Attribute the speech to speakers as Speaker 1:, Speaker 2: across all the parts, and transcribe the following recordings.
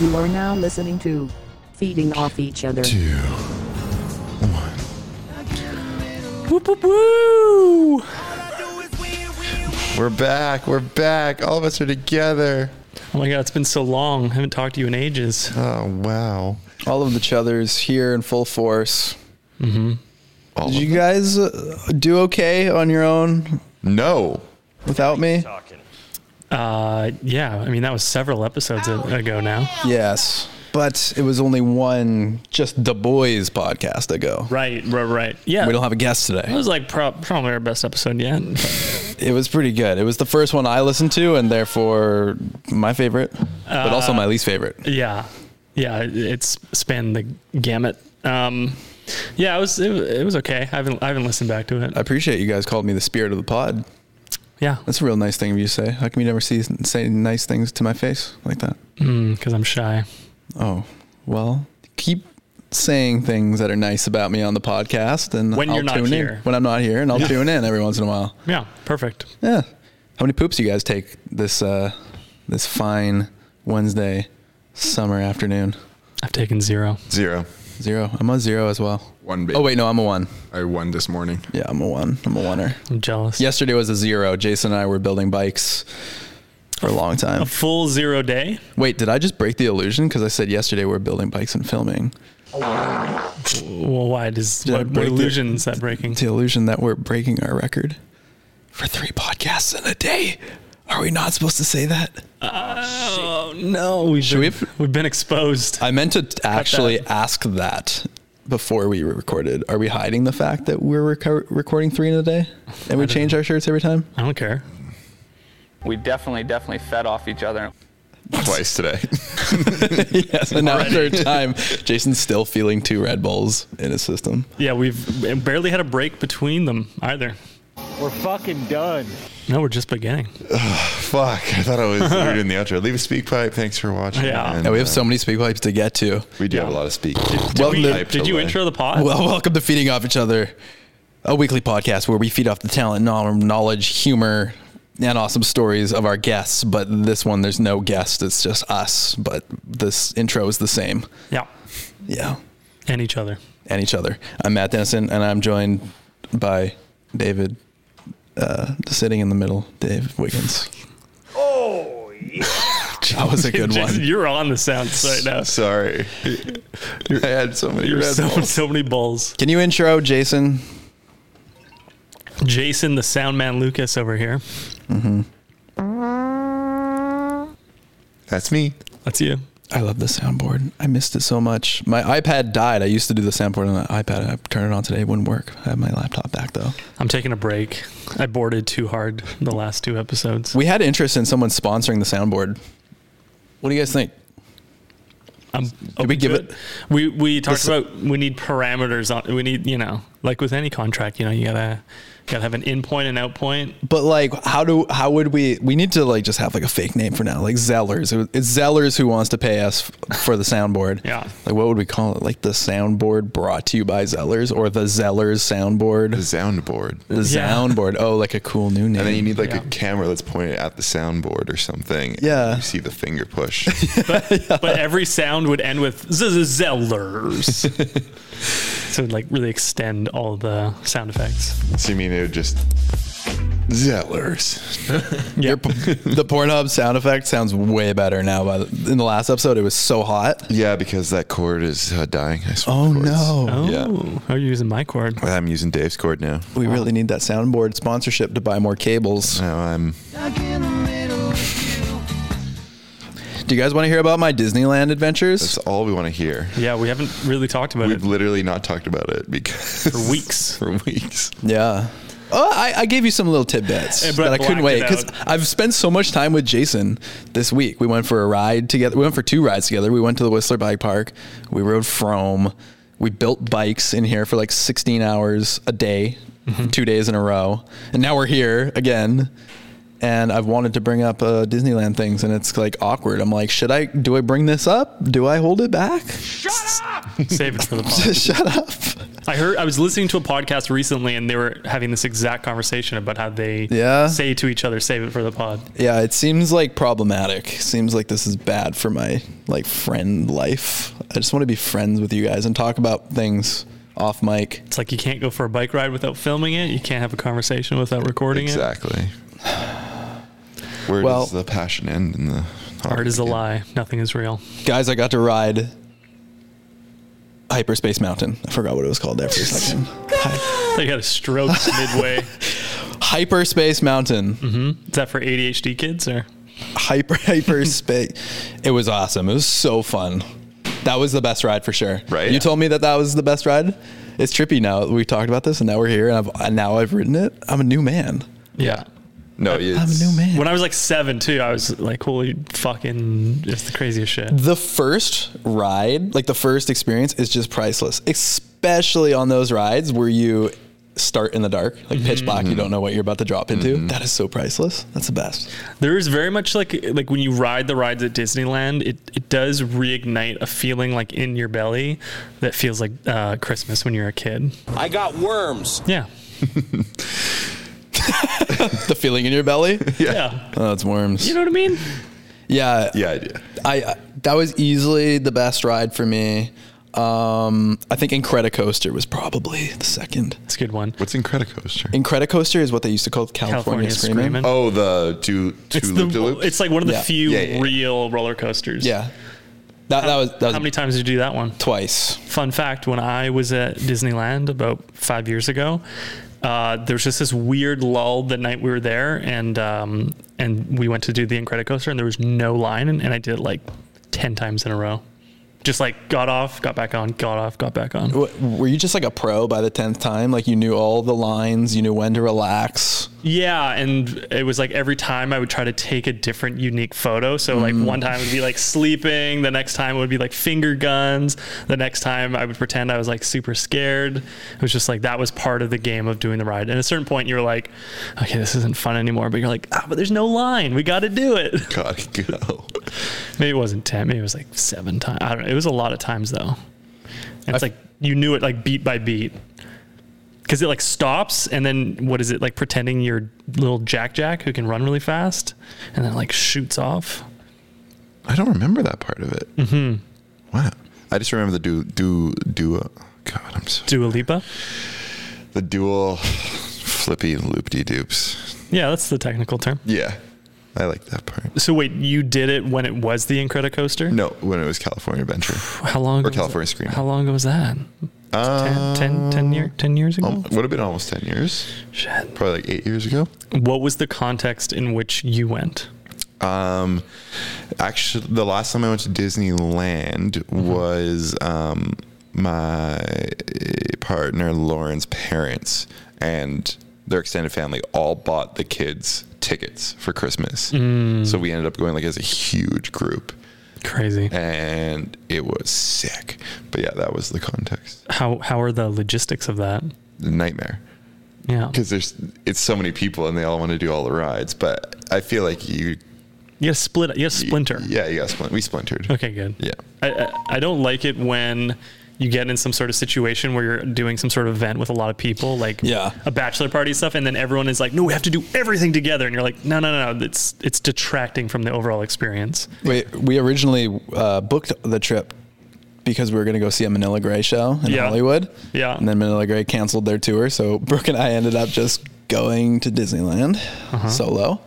Speaker 1: You are now listening to Feeding Off Each Other.
Speaker 2: Two. One.
Speaker 3: Woo, woo, woo.
Speaker 2: We're back. We're back. All of us are together.
Speaker 3: Oh my god, it's been so long. I haven't talked to you in ages.
Speaker 2: Oh, wow.
Speaker 4: All of the chuthers here in full force.
Speaker 3: Mm-hmm.
Speaker 2: All
Speaker 4: Did
Speaker 2: of-
Speaker 4: you guys uh, do okay on your own
Speaker 2: no.
Speaker 4: without me?
Speaker 3: Uh, yeah, I mean that was several episodes a- ago now.
Speaker 4: Yes. But it was only one just the boys podcast ago.
Speaker 3: Right, right, right. Yeah,
Speaker 4: We don't have a guest
Speaker 3: that
Speaker 4: today.
Speaker 3: was like pro- probably our best episode yet.
Speaker 4: It was pretty good. It was the first one I listened to and therefore my favorite, but
Speaker 3: Uh,
Speaker 4: also my least favorite.
Speaker 3: yeah, yeah, it- it's spanned the gamut. Um, yeah, it was it, it was okay. I haven't I haven't listened back to it.
Speaker 4: I appreciate you guys called me the spirit of the pod.
Speaker 3: Yeah,
Speaker 4: That's a real nice thing of you to say. How come you never see, say nice things to my face like that?
Speaker 3: because Hmm, I'm shy.
Speaker 4: Oh, well, keep saying things that are nice about me on the podcast, and
Speaker 3: When
Speaker 4: I'll
Speaker 3: you're not
Speaker 4: tune
Speaker 3: here.
Speaker 4: in when I'm not here, and I'll tune in every once in a while.
Speaker 3: Yeah, perfect.
Speaker 4: Yeah. How many poops you guys take this uh, this fine Wednesday summer afternoon?
Speaker 3: I've taken zero.
Speaker 2: Zero.
Speaker 4: Zero. I'm a zero as well.
Speaker 5: One big.
Speaker 4: Oh wait, no, I'm a one.
Speaker 5: I won this morning.
Speaker 4: Yeah, I'm a one. I'm a oneer.
Speaker 3: I'm jealous.
Speaker 4: Yesterday was a zero. Jason and I were building bikes for a long time.
Speaker 3: a full zero day.
Speaker 4: Wait, did I just break the illusion? Because I said yesterday we're building bikes and filming.
Speaker 3: Well, why does
Speaker 4: Did I
Speaker 3: what, what
Speaker 4: break the-
Speaker 3: illusion is that breaking?
Speaker 4: the illusion that we're breaking our record for three podcasts in a day. Are we not supposed to say that?
Speaker 3: Oh no, we've
Speaker 4: Should we
Speaker 3: been,
Speaker 4: have-
Speaker 3: we've been exposed.
Speaker 4: I meant to actually ask that before we recorded. Are we hiding the fact that we're reco- recording three in a day and we change our shirts every time?
Speaker 3: I don't care.
Speaker 6: we definitely, definitely fed off each other.
Speaker 2: Twice today.
Speaker 4: yes, and now third time, Jason's still feeling two Red Bulls in his system.
Speaker 3: Yeah, we've barely had a break between them either.
Speaker 7: We're fucking done.
Speaker 3: No, we're just beginning.
Speaker 2: Fuck. I thought I was we were doing the outro. Leave a speak pipe. Thanks for watching. uh,
Speaker 3: Yeah.
Speaker 4: Yeah, we have so many speak pipes to get to.
Speaker 2: We do have a lot of speak.
Speaker 3: Did, we-
Speaker 2: pipes
Speaker 3: did you
Speaker 2: away.
Speaker 3: intro the pod?
Speaker 4: Well, welcome to Feeding Off Each Other, a weekly podcast where we feed off the talent, knowl- knowledge, humor, and awesome stories of our guests. But this one, there's no guest. It's just us. But this intro is the same.
Speaker 3: yeah,
Speaker 4: Yeah.
Speaker 3: and each other.
Speaker 4: And each other. I'm Matt Dennison, and I'm joined by David, uh, sitting in the middle, Dave Wiggins. Oh, yeah. that was a good
Speaker 3: Jason,
Speaker 4: one.
Speaker 3: you're on the sounds right now.
Speaker 2: Sorry. I had so many
Speaker 3: You're
Speaker 2: Red
Speaker 3: so,
Speaker 2: Bulls.
Speaker 3: so many balls.
Speaker 4: Can you intro, Jason?
Speaker 3: Jason, the sound man Lucas over here.
Speaker 4: Mm-hmm.
Speaker 2: That's me.
Speaker 3: That's you.
Speaker 4: I love the soundboard. I missed it so much. My iPad died. I used to do the soundboard on the iPad. I turned it on today. It wouldn't work. I have my laptop back though.
Speaker 3: I'm taking a break. I boarded too hard the last two episodes.
Speaker 4: We had interest in someone sponsoring the soundboard. What do you guys think?
Speaker 3: I'm
Speaker 4: we
Speaker 3: open
Speaker 4: give
Speaker 3: to
Speaker 4: it-
Speaker 3: We we talked
Speaker 4: Listen-
Speaker 3: about we need parameters on. We need you know like with any contract you know you gotta gotta have an in point and out point.
Speaker 4: But like, how do how would we? We need to like just have like a fake name for now, like Zellers. It was- It's Zellers who wants to pay us f- for the soundboard.
Speaker 3: Yeah.
Speaker 4: Like, what would we call it? Like the soundboard brought to you by Zellers, or the Zellers
Speaker 2: The
Speaker 4: soundboard,
Speaker 2: soundboard.
Speaker 4: the
Speaker 3: Yeah.
Speaker 4: soundboard. Oh, like a cool new name.
Speaker 2: And then you need like
Speaker 3: Yeah.
Speaker 2: a camera that's pointed at the soundboard or something. and
Speaker 4: Yeah.
Speaker 2: You see the finger push.
Speaker 3: but every sound would end with z- z- zellers. so it'd like really extend all the sound effects.
Speaker 2: so you mean it would just Zellers.
Speaker 3: Yeah.
Speaker 4: the Pornhub sound effect sounds way better now. By the, in the last episode, it was so hot.
Speaker 2: Yeah, because that cord is uh, dying. I switched
Speaker 4: Oh
Speaker 2: cords.
Speaker 4: no,
Speaker 3: Oh,
Speaker 2: Yeah.
Speaker 3: oh, you're using my cord.
Speaker 2: I'm using Dave's cord now.
Speaker 4: we really need that soundboard sponsorship to buy more cables.
Speaker 2: Now I'm
Speaker 4: Do you guys want to hear about my Disneyland
Speaker 2: that's
Speaker 4: adventures?
Speaker 2: all we want to hear.
Speaker 3: Yeah, we haven't really talked about
Speaker 2: We've
Speaker 3: it
Speaker 2: literally not talked about it because
Speaker 3: for weeks.
Speaker 2: for weeks.
Speaker 4: Yeah. Oh, I, I gave you some little tidbits
Speaker 3: Eh, but
Speaker 4: that
Speaker 3: I
Speaker 4: I couldn't wait
Speaker 3: blacked it
Speaker 4: because I've spent so much time with Jason this week. We went for a ride together. We went for two rides together. We went to the Whistler Bike Park. We rode Frome. We built bikes in here for like 16 hours a day,
Speaker 3: Mm-hmm.
Speaker 4: two days in a row. And now we're here again. and I've wanted to bring up uh, Disneyland things, and it's like awkward. I'm like, should I? Do I bring this up? Do I hold it back?
Speaker 3: Save it for the pod.
Speaker 4: Shut up!
Speaker 3: I heard I was listening to a podcast recently, and they were having this exact conversation about how they
Speaker 4: Yeah.
Speaker 3: say to each other, "Save it for the pod."
Speaker 4: Yeah, it seems like problematic. Seems like this is bad for my like friend life. I just want to be friends with you guys and talk about things off mic.
Speaker 3: It's like you can't go for a bike ride without filming it. You can't have a conversation without recording
Speaker 2: Exactly. Where
Speaker 4: Well-
Speaker 2: does the passion end and the
Speaker 3: it. Art is a
Speaker 2: begin?
Speaker 3: lie. Nothing is real.
Speaker 4: Guys, I got to ride Hyperspace Mountain. I forgot what it was called there for a second. Hy-
Speaker 3: They got a stroke midway.
Speaker 4: Hyperspace Mountain.
Speaker 3: Mm-hmm. Is that for ADHD kids or?
Speaker 4: Hyper Hyperspace. it was awesome. It was so fun. That was the best ride for sure.
Speaker 2: Right.
Speaker 4: You
Speaker 2: Yeah.
Speaker 4: told me that that was the best ride. It's trippy now. We talked about this, and now we're here, and, I've, and now I've ridden it. I'm a new man.
Speaker 3: Yeah.
Speaker 2: No,
Speaker 4: I'm a
Speaker 2: it's,
Speaker 4: new man.
Speaker 3: When I was like seven too, I was like, "Holy fucking!" It's the craziest shit.
Speaker 4: the first ride, like the first experience, is just priceless, especially on those rides where you start in the dark, like pitch black.
Speaker 3: Mm-hmm.
Speaker 4: You don't know what you're about to drop into. That is so priceless. That's the best.
Speaker 3: There is very much like like when you ride the rides at Disneyland, it, it does reignite a feeling like in your belly that feels like uh, Christmas when you're a kid.
Speaker 5: I got worms.
Speaker 3: Yeah.
Speaker 4: the feeling in your belly.
Speaker 3: yeah,
Speaker 4: Oh, it's worms.
Speaker 3: You know what I mean?
Speaker 4: Yeah,
Speaker 2: Yeah, yeah.
Speaker 4: I, I that was easily the best ride for me. Um, I think Incredicoaster was probably the second.
Speaker 3: It's a good one.
Speaker 2: What's Incredicoaster?
Speaker 4: Incredicoaster is what they used to call California,
Speaker 3: California
Speaker 4: Screaming.
Speaker 3: screaming.
Speaker 2: oh, the two two
Speaker 3: It's, the,
Speaker 2: loop de loops.
Speaker 3: it's like one of the
Speaker 4: Yeah.
Speaker 3: few
Speaker 2: Yeah, yeah, yeah.
Speaker 3: real roller coasters.
Speaker 4: Yeah, that, that was that was
Speaker 3: How many times did you do that one?
Speaker 4: twice.
Speaker 3: Fun fact when I was at Disneyland about five years ago, uh, there was just this weird lull the night we were there, and um, and we went to do the Incredicoaster, and there was no line, and, and I did it like 10 times in a row. Just like got off, got back on, got off, got back on.
Speaker 4: What, were you just like a pro by the tenth time? Like you knew all the lines, you knew when to relax.
Speaker 3: Yeah, and it was like every time I would try to take a different unique photo. So like one time it would be like sleeping, the next time it would be like finger guns, the next time I would pretend I was like super scared. It was just like that was part of the game of doing the ride. And at a certain point you're like, okay, this isn't fun anymore, but you're like, ah, but there's no line. We got to do it.
Speaker 2: Gotta go.
Speaker 3: Maybe it wasn't 10, maybe it was like 7 times. I don't know. It was a lot of times though. And it's like you knew it like beat by beat. Cuz it like stops and then what is it like pretending you're little Jack Jack who can run really fast and then like shoots off.
Speaker 2: I don't remember that part of it. Mm-hmm. Wow. I just remember the do do duo. God, I'm so
Speaker 3: Dua Lipa?
Speaker 2: the dual flippy loop de doops.
Speaker 3: Yeah, that's the technical term.
Speaker 2: Yeah, I like that part.
Speaker 3: So wait, you did it when it was the Incredicoaster?
Speaker 2: No, when it was California Adventure,
Speaker 3: How long ago
Speaker 2: Or
Speaker 3: was
Speaker 2: California
Speaker 3: that?
Speaker 2: Screaming.
Speaker 3: How long ago was that?
Speaker 2: um,
Speaker 3: 10, 10, 10 year, 10 years ago?
Speaker 2: um, would have been almost ten years,
Speaker 3: Shit.
Speaker 2: probably like eight years ago.
Speaker 3: What was the context in which you went?
Speaker 2: Um, actually, the last time I went to Disneyland
Speaker 3: Mm-hmm.
Speaker 2: was um, my partner Lauren's parents and their extended family all bought the kids tickets for Christmas. So we ended up going like as a huge group,
Speaker 3: Mm. Crazy.
Speaker 2: and it was sick. But yeah, that was the context.
Speaker 3: How how are the logistics of that?
Speaker 2: The nightmare.
Speaker 3: Yeah.
Speaker 2: Because there's it's so many people and they all want to do all the rides, but I feel like you
Speaker 3: You gotta split. You gotta splinter.
Speaker 2: Yeah, you got splinter. We splintered.
Speaker 3: Okay, good.
Speaker 2: Yeah.
Speaker 3: I, I I don't like it when you get in some sort of situation where you're doing some sort of event with a lot of people, like
Speaker 4: Yeah.
Speaker 3: a bachelor party stuff, and then everyone is like, "No, we have to do everything together," and you're like, "No, no, no, no. It's it's detracting from the overall experience."
Speaker 4: Wait, we originally uh, booked the trip because we were going to go see a Manila Gray show in
Speaker 3: Yeah.
Speaker 4: Hollywood.
Speaker 3: Yeah.
Speaker 4: And then Manila Gray canceled their tour, so Brooke and I ended up just going to Disneyland
Speaker 3: Uh-huh.
Speaker 4: solo.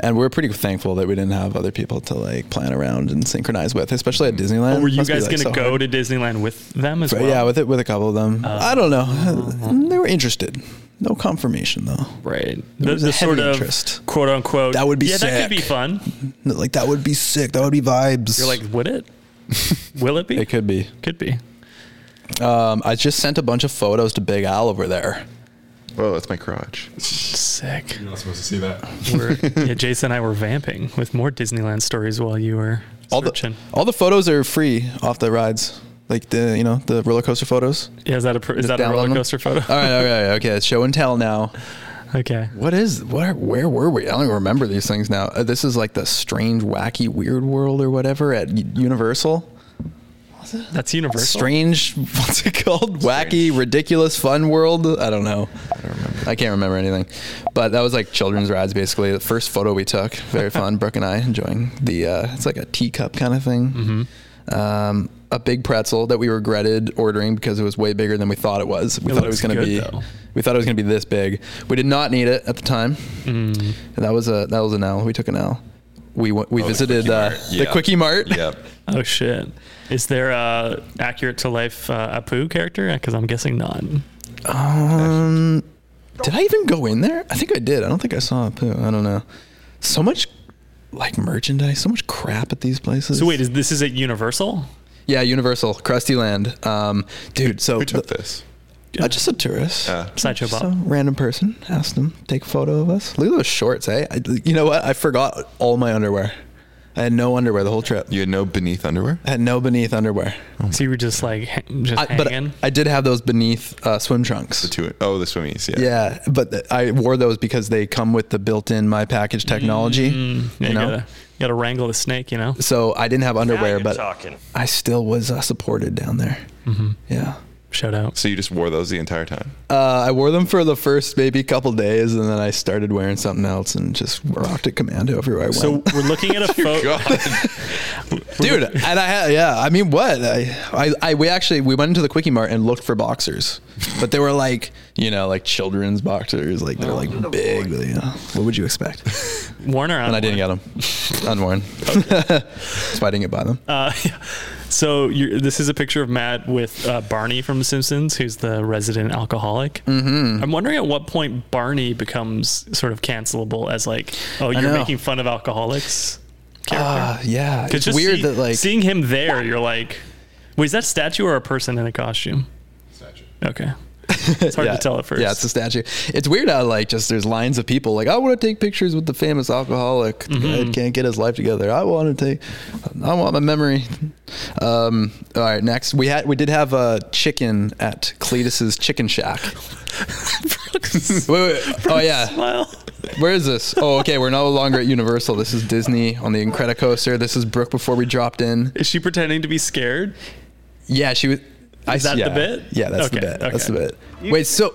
Speaker 4: And we're pretty thankful that we didn't have other people to like plan around and synchronize with, especially at Disneyland.
Speaker 3: Oh, Were you
Speaker 4: Must be,
Speaker 3: guys
Speaker 4: like,
Speaker 3: gonna
Speaker 4: so
Speaker 3: go
Speaker 4: hard.
Speaker 3: to Disneyland with them as
Speaker 4: But
Speaker 3: well? Uh-huh.
Speaker 4: yeah, with it with a couple of them. I don't know. They were interested. No confirmation though.
Speaker 3: right.
Speaker 4: There
Speaker 3: The,
Speaker 4: was a
Speaker 3: the sort
Speaker 4: heavy
Speaker 3: of
Speaker 4: interest.
Speaker 3: quote unquote
Speaker 4: That would be
Speaker 3: yeah, that could
Speaker 4: sick.
Speaker 3: be fun.
Speaker 4: Like that would be sick. That would be vibes.
Speaker 3: You're like, would it? Will it be?
Speaker 4: it could be.
Speaker 3: Could be.
Speaker 4: Um, I just sent a bunch of photos to Big Al over there.
Speaker 2: Oh, that's my crotch.
Speaker 3: Sick.
Speaker 8: You're not supposed to see that.
Speaker 3: We're, yeah, Jason and I were vamping with more Disneyland stories while you were
Speaker 4: All
Speaker 3: searching.
Speaker 4: the all the photos are free off the rides, like the you know the roller coaster photos.
Speaker 3: yeah, is that a pr- is that a
Speaker 4: Download
Speaker 3: roller
Speaker 4: them.
Speaker 3: coaster photo?
Speaker 4: All right, all right, okay. It's show and tell now.
Speaker 3: Okay.
Speaker 4: What is where? Where were we? I don't even remember these things now. Uh, This is like the strange, wacky, weird world or whatever at U- Universal. Is
Speaker 3: That's universal.
Speaker 4: strange what's it called wacky ridiculous fun world i don't know i don't remember i can't remember anything but that was like children's rides basically the first photo we took very fun brooke and i enjoying the uh, it's like a teacup kind of thing
Speaker 3: Mm-hmm.
Speaker 4: um, a big pretzel that we regretted ordering because it was way bigger than we thought it was we
Speaker 3: It
Speaker 4: thought it was
Speaker 3: looks
Speaker 4: going to
Speaker 3: good,
Speaker 4: be
Speaker 3: though.
Speaker 4: we thought it was going to be this big we did not need it at the time
Speaker 3: Mm.
Speaker 4: and that was a that was an l we took an l we went, we
Speaker 2: Oh, the
Speaker 4: visited
Speaker 2: Quickie
Speaker 4: uh,
Speaker 2: Mart.
Speaker 4: the
Speaker 2: Yeah.
Speaker 4: quickie mart
Speaker 2: Yep.
Speaker 3: Oh shit! Is there a accurate to life uh, Apu character? Because I'm guessing not.
Speaker 4: Um, did I even go in there? I think I did. I don't think I saw a poo. I don't know. So much like merchandise, so much crap at these places.
Speaker 3: So wait, is this is at Universal?
Speaker 4: yeah, Universal, Krusty Land, um, dude. So
Speaker 2: Who took
Speaker 4: the-
Speaker 2: this?
Speaker 4: uh, just a tourist,
Speaker 2: Uh,
Speaker 3: Sideshow
Speaker 4: Just
Speaker 3: Bob.
Speaker 4: a random person asked him take a photo of us. Look at those shorts, eh? I, you know what? I forgot all my underwear. I had no underwear the whole trip.
Speaker 2: You had no beneath underwear?
Speaker 4: I had no beneath underwear,
Speaker 3: So you were just like ha- Oh, just
Speaker 4: I, but
Speaker 3: hanging.
Speaker 4: I did have those beneath uh, swim trunks.
Speaker 2: The two, oh, the swimmies. Yeah.
Speaker 4: Yeah, but th- I wore those because they come with the built-in my package technology.
Speaker 3: Mm-hmm.
Speaker 4: you
Speaker 3: Yeah, you
Speaker 4: know,
Speaker 3: gotta, you gotta wrangle the snake, you know.
Speaker 4: so I didn't have underwear,
Speaker 5: you're
Speaker 4: but
Speaker 5: talking.
Speaker 4: I still was uh, supported down there. Yeah,
Speaker 3: Mm-hmm. Shout out.
Speaker 2: So you just wore those the entire time?
Speaker 4: uh, I wore them for the first maybe couple days, and then I started wearing something else and just rocked it commando everywhere I went.
Speaker 3: So we're looking at a photo.
Speaker 4: dude, and I had yeah, I mean what I, I I we actually we went into the quickie mart and looked for boxers, but they were like you know like children's boxers, like they're like big. You know, what would you expect?
Speaker 3: Warner on.
Speaker 4: And I didn't get them. Unworn. That's why I didn't get by them.
Speaker 3: Uh, so you're, this is a picture of Matt with uh, Barney from The Simpsons, who's the resident alcoholic. Mm-hmm. I'm wondering at what point Barney becomes sort of cancelable as like, oh, you're
Speaker 4: know.
Speaker 3: making fun of alcoholics.
Speaker 4: Ah, yeah. It's
Speaker 3: just
Speaker 4: weird
Speaker 3: see-
Speaker 4: that like
Speaker 3: seeing him there, you're like, wait, is that a statue or a person in a costume? Statue. Okay. It's hard
Speaker 4: yeah,
Speaker 3: to tell at first.
Speaker 4: Yeah, it's a statue. It's weird how like just there's lines of people like I want to take pictures with the famous alcoholic
Speaker 3: Mm-hmm.
Speaker 4: that can't get his life together. I want to take I want my memory. Um, all right, next we had we did have a chicken at Cletus's chicken shack. wait, wait. Oh yeah.
Speaker 3: Well,
Speaker 4: Where is this? Oh, okay. We're no longer at Universal. This is Disney on the Incredicoaster. This is Brooke before we dropped in.
Speaker 3: is she pretending to be scared?
Speaker 4: Yeah, she was. I,
Speaker 3: Is that
Speaker 4: yeah.
Speaker 3: the bit?
Speaker 4: Yeah, that's the
Speaker 3: Okay,
Speaker 4: bit. That's the
Speaker 3: okay.
Speaker 4: bit. Wait, so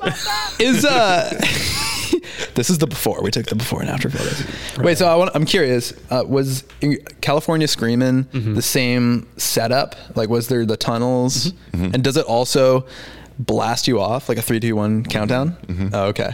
Speaker 4: is uh, this is the before we took the before and after photos. Wait, so I want, I'm curious. Uh, was in- California Screaming
Speaker 3: Mm-hmm.
Speaker 4: the same setup? Like, was there the tunnels?
Speaker 3: Mm-hmm.
Speaker 4: Mm-hmm. And does it also blast you off like a three, two, one countdown?
Speaker 3: Mm-hmm.
Speaker 4: Oh, okay.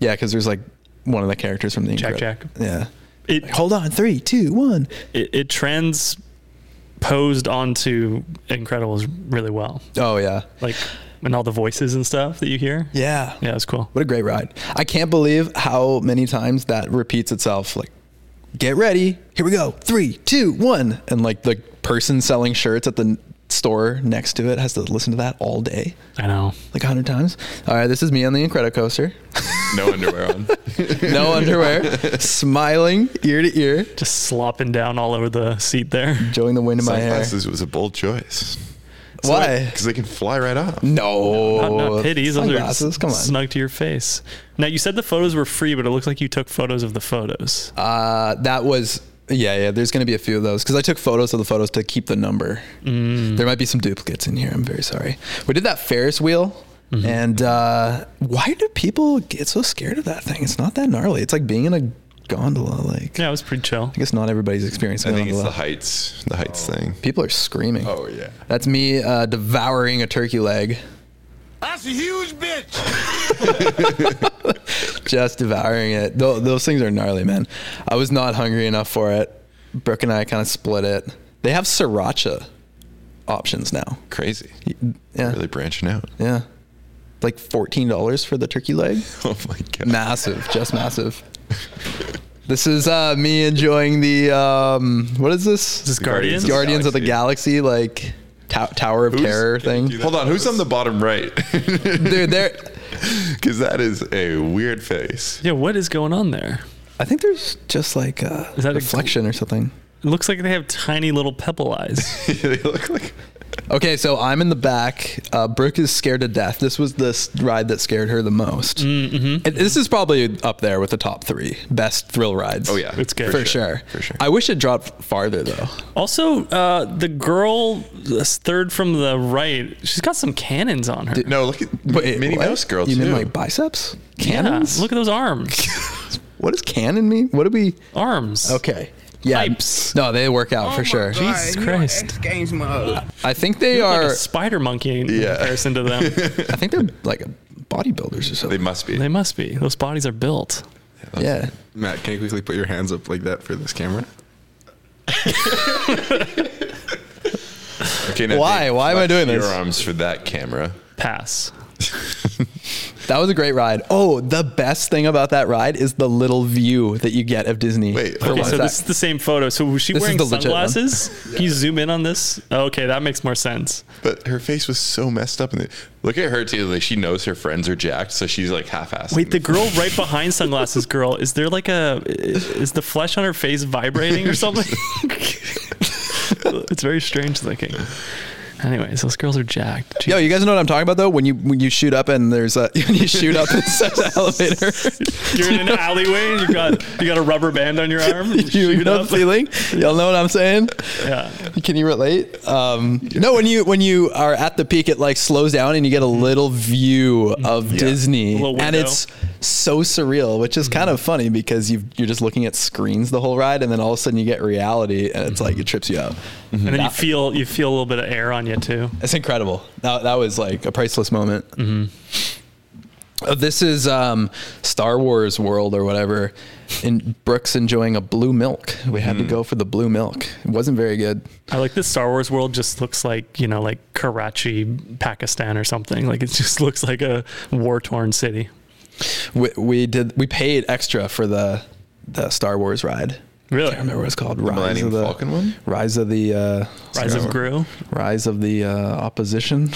Speaker 4: Yeah, because there's like one of the characters from the
Speaker 3: Jack
Speaker 4: Incredi-
Speaker 3: Jack.
Speaker 4: Yeah.
Speaker 3: It,
Speaker 4: Like, Hold on, three, two, one.
Speaker 3: it, it transposed onto Incredibles really well.
Speaker 4: Oh yeah.
Speaker 3: Like, and all the voices and stuff that you hear.
Speaker 4: Yeah.
Speaker 3: Yeah, it's cool.
Speaker 4: What a great ride. I can't believe how many times that repeats itself. Like, get ready. Here we go. Three, two, one. And like the person selling shirts at the n- store next to it has to listen to that all day,
Speaker 3: I know.
Speaker 4: like a hundred times. All right, this is me on the Incredicoaster.
Speaker 2: No underwear on.
Speaker 4: No underwear, smiling ear to ear,
Speaker 3: Just slopping down all over the seat there.
Speaker 4: enjoying the wind in my hair.
Speaker 2: Sunglasses was a bold choice.
Speaker 4: Why?
Speaker 2: Because they can fly right off.
Speaker 4: No.
Speaker 3: Not, not pitties. Those are
Speaker 4: Oh, Sunglasses,
Speaker 3: s-
Speaker 4: come on.
Speaker 3: snug to your face. Now, you said the photos were free, but it looks like you took photos of the photos.
Speaker 4: Uh, that was yeah, yeah. There's going to be a few of those because I took photos of the photos to keep the number.
Speaker 3: Mm.
Speaker 4: There might be some duplicates in here. I'm very sorry. We did that Ferris wheel,
Speaker 3: Mm-hmm.
Speaker 4: and uh, why do people get so scared of that thing? It's not that gnarly. It's like being in a gondola. Like
Speaker 3: yeah, it was pretty chill.
Speaker 4: I guess not everybody's experiencing
Speaker 2: I think it's
Speaker 4: gondola.
Speaker 2: the heights, the heights thing. Oh,
Speaker 4: people are screaming.
Speaker 2: yeah.
Speaker 4: That's me uh, devouring a turkey leg.
Speaker 5: That's a huge bitch.
Speaker 4: just devouring it. Tho- those things are gnarly, man. I was not hungry enough for it. Brooke and I kind of split it. They have sriracha options now.
Speaker 2: Crazy.
Speaker 4: Yeah,
Speaker 2: Really branching out.
Speaker 4: yeah, like fourteen dollars for the turkey leg.
Speaker 2: Oh my god.
Speaker 4: Massive, just massive. This is uh, me enjoying the um, what is this?
Speaker 3: This is
Speaker 2: Guardians
Speaker 3: Guardians.
Speaker 2: of
Speaker 4: Guardians of the Galaxy, like tow Tower of
Speaker 2: Who's-
Speaker 4: Terror thing.
Speaker 2: Hold on, who's on the bottom right?
Speaker 4: Dude, there.
Speaker 2: Because that is a weird face.
Speaker 3: Yeah, what is going on there?
Speaker 4: I think there's just like a
Speaker 3: Is that a-
Speaker 4: reflection or something.
Speaker 3: It looks like they have tiny little pebble eyes.
Speaker 2: they look like
Speaker 4: Okay, so I'm in the back. Uh, Brooke is scared to death. This was the s- ride that scared her the most.
Speaker 2: Mm,
Speaker 4: Mm-hmm. And this is probably up there with the top three best thrill rides.
Speaker 2: Oh yeah,
Speaker 3: It's good.
Speaker 4: for, sure.
Speaker 2: For sure.
Speaker 4: I wish it dropped farther though.
Speaker 3: Also, uh, the girl that's third from the right, she's got some cannons on her.
Speaker 2: No, look at
Speaker 4: Wait,
Speaker 2: Minnie
Speaker 4: what?
Speaker 2: Mouse Girl
Speaker 4: You
Speaker 2: too.
Speaker 4: mean like biceps?
Speaker 3: Yeah,
Speaker 4: Cannons.
Speaker 3: look at those arms.
Speaker 4: what does cannon mean? What do we?
Speaker 3: arms.
Speaker 4: Okay. Yeah.
Speaker 3: Pipes.
Speaker 4: No, they work out for
Speaker 5: Oh,
Speaker 4: sure. Uh,
Speaker 3: Jesus Christ.
Speaker 5: Games mode.
Speaker 4: I think they
Speaker 3: Like
Speaker 4: are.
Speaker 3: a spider monkey in
Speaker 2: Yeah.
Speaker 3: comparison to them.
Speaker 4: I think they're like bodybuilders or
Speaker 2: They
Speaker 4: something.
Speaker 2: must be.
Speaker 3: they must be. Those bodies are built.
Speaker 4: yeah.
Speaker 8: Matt, can you quickly put your hands up like that for this camera?
Speaker 2: Okay, now
Speaker 4: Why?
Speaker 2: Dave,
Speaker 4: Why am I
Speaker 2: flex
Speaker 4: doing this?
Speaker 2: Your arms for that camera.
Speaker 3: Pass.
Speaker 4: That was a great ride. Oh, the best thing about that ride is the little view that you get of Disney.
Speaker 2: Wait,
Speaker 4: for
Speaker 2: okay,
Speaker 3: Okay,
Speaker 4: one
Speaker 3: so
Speaker 4: sec.
Speaker 3: this is the same photo. So was she
Speaker 4: This is
Speaker 3: wearing
Speaker 4: the legit one.
Speaker 3: sunglasses? Can you zoom in on this? Oh, Okay, that makes more sense.
Speaker 2: But her face was so messed up. And look at her too. Like she knows her friends are jacked, so she's like half-assed.
Speaker 3: Wait, the girl right behind sunglasses girl, is there like a is the flesh on her face vibrating or something? it's very strange looking. Anyways, those girls are jacked.
Speaker 4: Yo, you guys know what I'm talking about though? When you when you shoot up and there's a when you shoot up and set the elevator,
Speaker 3: You're in an alleyway and you got you got a rubber band on your arm. and
Speaker 4: you,
Speaker 3: shoot
Speaker 4: know the
Speaker 3: up.
Speaker 4: feeling. Y'all know what I'm saying?
Speaker 3: Yeah.
Speaker 4: Can you relate? Um, No, when you when you are at the peak, it like slows down and you get a little view of
Speaker 3: Little
Speaker 4: Disney, and
Speaker 3: window. Mm-hmm.
Speaker 4: it's so surreal, which is kind of funny because you you're just looking at screens the whole ride, and then all of a sudden you get reality, and it's like
Speaker 3: Mm-hmm.
Speaker 4: it trips you out.
Speaker 3: And then you feel you feel a little bit of air on you too.
Speaker 4: It's incredible. That, that was like a priceless moment.
Speaker 3: Mm-hmm.
Speaker 4: Oh, this is um, Star Wars World or whatever. And Brooks enjoying a blue milk. We had to go for the blue milk. It wasn't very good.
Speaker 3: Mm. I like this Star Wars world just looks like, you know, like Karachi, Pakistan or something. Like it just looks like a war torn city.
Speaker 4: We, we did. We paid extra for the the Star Wars ride. I
Speaker 3: Really?
Speaker 4: can't remember what it's called.
Speaker 2: Millennium Falcon one?
Speaker 4: Rise of the uh,
Speaker 3: Rise of Gru.
Speaker 4: Rise of the uh, Opposition.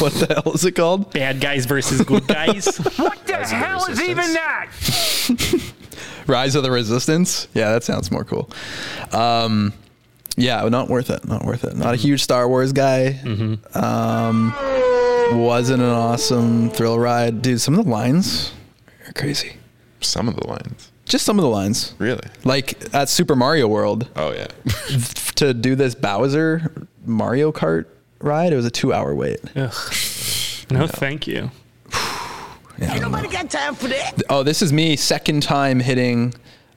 Speaker 4: what the hell is it called?
Speaker 3: Bad guys versus good guys.
Speaker 5: What the hell is even that?
Speaker 4: Rise of the Resistance. Yeah, that sounds more cool. Um, yeah, not worth it. Not worth it. Not a huge Star Wars guy.
Speaker 3: Mm-hmm.
Speaker 4: Um, wasn't an awesome thrill ride, dude. Some of the lines are crazy.
Speaker 2: Some of the lines.
Speaker 4: Just some of the lines.
Speaker 2: Really?
Speaker 4: Like at Super Mario World,
Speaker 2: Oh yeah.
Speaker 4: to do this Bowser Mario Kart ride, it was a two-hour wait.
Speaker 3: Ugh. No, thank you.
Speaker 4: Yeah, I don't know.
Speaker 5: Nobody got time for that.
Speaker 4: Oh, this is me second time hitting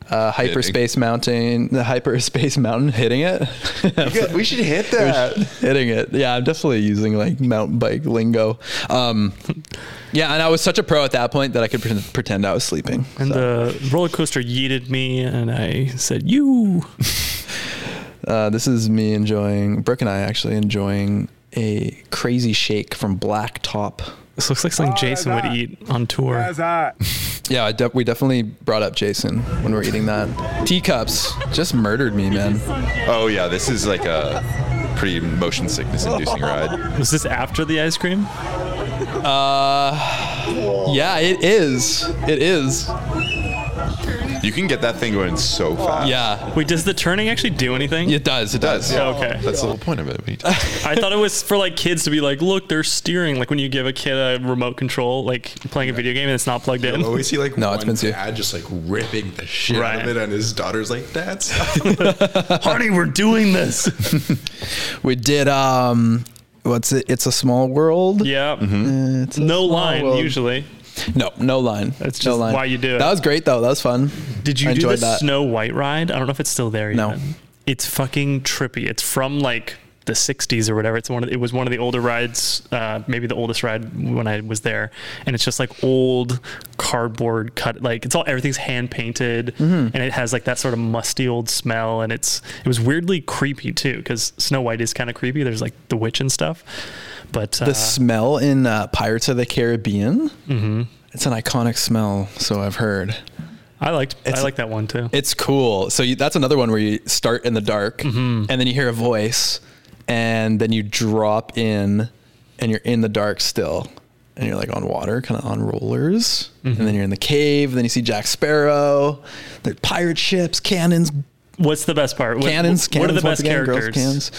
Speaker 4: uh, hyperspace mountain, the hyperspace mountain, hitting it,
Speaker 2: we should hit that.
Speaker 4: hitting it. Yeah, I'm definitely using like mountain bike lingo. Um, yeah, and I was such a pro at that point that I could pre- pretend I was sleeping.
Speaker 3: And the roller coaster yeeted me and I said, You
Speaker 4: Uh, this is me enjoying Brooke and I actually enjoying a crazy shake from Black Top.
Speaker 3: This looks like something
Speaker 7: Oh,
Speaker 3: Jason
Speaker 7: that's
Speaker 3: would
Speaker 7: hot.
Speaker 3: eat on tour.
Speaker 7: That's hot.
Speaker 4: Yeah, I de- we definitely brought up Jason when we were eating that. Teacups just murdered me, man.
Speaker 2: Oh yeah, this is like a pretty motion sickness inducing ride.
Speaker 3: Was this after the ice cream?
Speaker 4: Uh, Yeah, it is. It is.
Speaker 2: You can get that thing going so fast.
Speaker 4: Yeah,
Speaker 3: Wait, does the turning actually do anything?
Speaker 4: it does. It
Speaker 2: It
Speaker 4: does.
Speaker 2: does. Yeah.
Speaker 3: Okay.
Speaker 2: That's the whole point of it.
Speaker 3: I thought it was for like kids to be like, look, they're steering. Like when you give a kid a remote control, like playing a video game and it's not plugged in.
Speaker 8: I always see like
Speaker 4: No, it's
Speaker 8: one
Speaker 4: been too-
Speaker 8: dad just like ripping the shit out
Speaker 3: Right.
Speaker 8: of it, and his daughter's like, "That's."
Speaker 3: Honey, we're doing this.
Speaker 4: We did um what's it it's a small world. Uh,
Speaker 3: yeah.
Speaker 4: It's a
Speaker 3: No
Speaker 4: small
Speaker 3: line
Speaker 4: world.
Speaker 3: usually.
Speaker 4: No, no line.
Speaker 3: That's
Speaker 4: no
Speaker 3: just
Speaker 4: line.
Speaker 3: why you do it.
Speaker 4: That was great though. That was fun.
Speaker 3: Did you
Speaker 4: I
Speaker 3: do
Speaker 4: enjoyed
Speaker 3: the
Speaker 4: that.
Speaker 3: Snow White ride? I don't know if it's still there yet.
Speaker 4: No.
Speaker 3: It's fucking trippy. It's from like the 60s or whatever. It's one of it was one of the older rides, uh, maybe the oldest ride when I was there. And it's just like old cardboard cut like it's all everything's hand painted
Speaker 4: Mm-hmm.
Speaker 3: and it has like that sort of musty old smell and it's it was weirdly creepy too cuz Snow White is kind of creepy. There's like the witch and stuff. But uh,
Speaker 4: The smell in uh, Pirates of the Caribbean. Mm-hmm. It's an iconic smell, so I've heard.
Speaker 3: I liked I
Speaker 4: it's-
Speaker 3: like that one too.
Speaker 4: It's cool. So you, that's another one where you start in the dark
Speaker 3: Mm-hmm.
Speaker 4: and then you hear a voice and then you drop in and you're in the dark still and you're like on water, kind of on rollers. And
Speaker 3: Mm-hmm.
Speaker 4: then you're in the cave. then you see Jack Sparrow, the pirate ships, cannons,
Speaker 3: What's the best part? What,
Speaker 4: cannons,
Speaker 3: what are
Speaker 4: cannons.
Speaker 3: the
Speaker 4: once
Speaker 3: best
Speaker 4: again,
Speaker 3: characters?
Speaker 4: Girls, cans.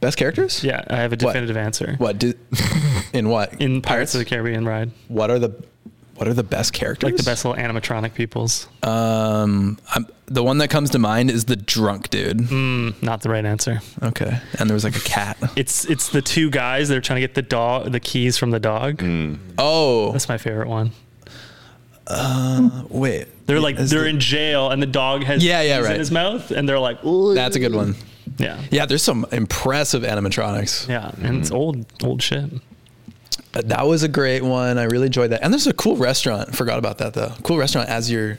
Speaker 4: Best characters?
Speaker 3: Yeah, I have a
Speaker 4: What?
Speaker 3: definitive answer.
Speaker 4: What did in what?
Speaker 3: In Pirates of the Caribbean ride,
Speaker 4: what are the what are the best characters?
Speaker 3: like the best little animatronic peoples.
Speaker 4: Um, I'm, the one that comes to mind is the drunk dude.
Speaker 3: Mm, Not the right answer.
Speaker 4: Okay, and there was like a cat.
Speaker 3: It's it's the two guys that are trying to get the dog the keys from the dog.
Speaker 4: Oh Uh,
Speaker 3: That's my favorite one.
Speaker 4: wait,
Speaker 3: They're like
Speaker 4: is
Speaker 3: they're
Speaker 4: the-
Speaker 3: in jail and the dog has
Speaker 4: Yeah, yeah,
Speaker 3: keys
Speaker 4: right.
Speaker 3: in his mouth and they're like "Ooh."
Speaker 4: That's a good one.
Speaker 3: yeah.
Speaker 4: Yeah, there's some impressive animatronics.
Speaker 3: Yeah, and it's old old shit.
Speaker 4: But That was a great one. I really enjoyed that. And there's a cool restaurant. Forgot about that though. Cool restaurant as you're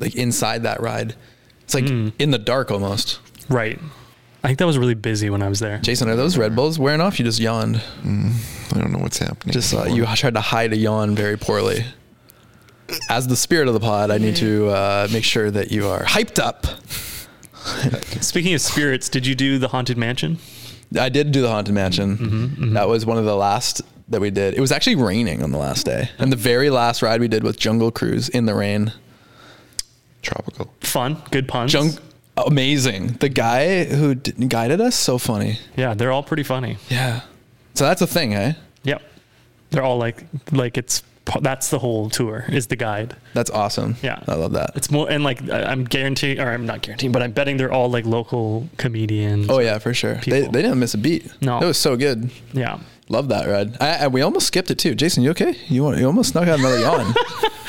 Speaker 4: like inside that ride. It's like in the dark almost.
Speaker 3: Mm. Right. I think that was really busy when I was there.
Speaker 4: Jason, are those Red Bulls wearing off? You just yawned.
Speaker 2: I don't know what's happening.
Speaker 4: Just uh, you tried to hide a yawn very poorly. As the spirit of the pod, I need to uh, make sure that you are hyped up.
Speaker 3: Speaking of spirits, did you do the haunted mansion?
Speaker 4: I did do the haunted mansion. That was one of the last that we did. It was actually raining on the last day, and the very last ride we did was Jungle Cruise in the rain.
Speaker 2: tropical.
Speaker 3: Fun, good puns.
Speaker 4: Jung- amazing. The guy who d- guided us, so funny.
Speaker 3: Yeah, they're all pretty funny.
Speaker 4: Yeah. So that's a thing, eh?
Speaker 3: Yep. They're all like like it's that's the whole tour is the guide.
Speaker 4: That's awesome.
Speaker 3: Yeah.
Speaker 4: I love that.
Speaker 3: It's more and like I- I'm guaranteeing or I'm not guaranteeing, but I'm betting they're all like local comedians.
Speaker 4: oh yeah, for sure. They,
Speaker 3: People.
Speaker 4: they didn't miss a beat.
Speaker 3: No.
Speaker 4: That was so good.
Speaker 3: yeah.
Speaker 4: Love that ride. I, I, we almost skipped it too. Jason, you okay? You want, you almost snuck out another yawn.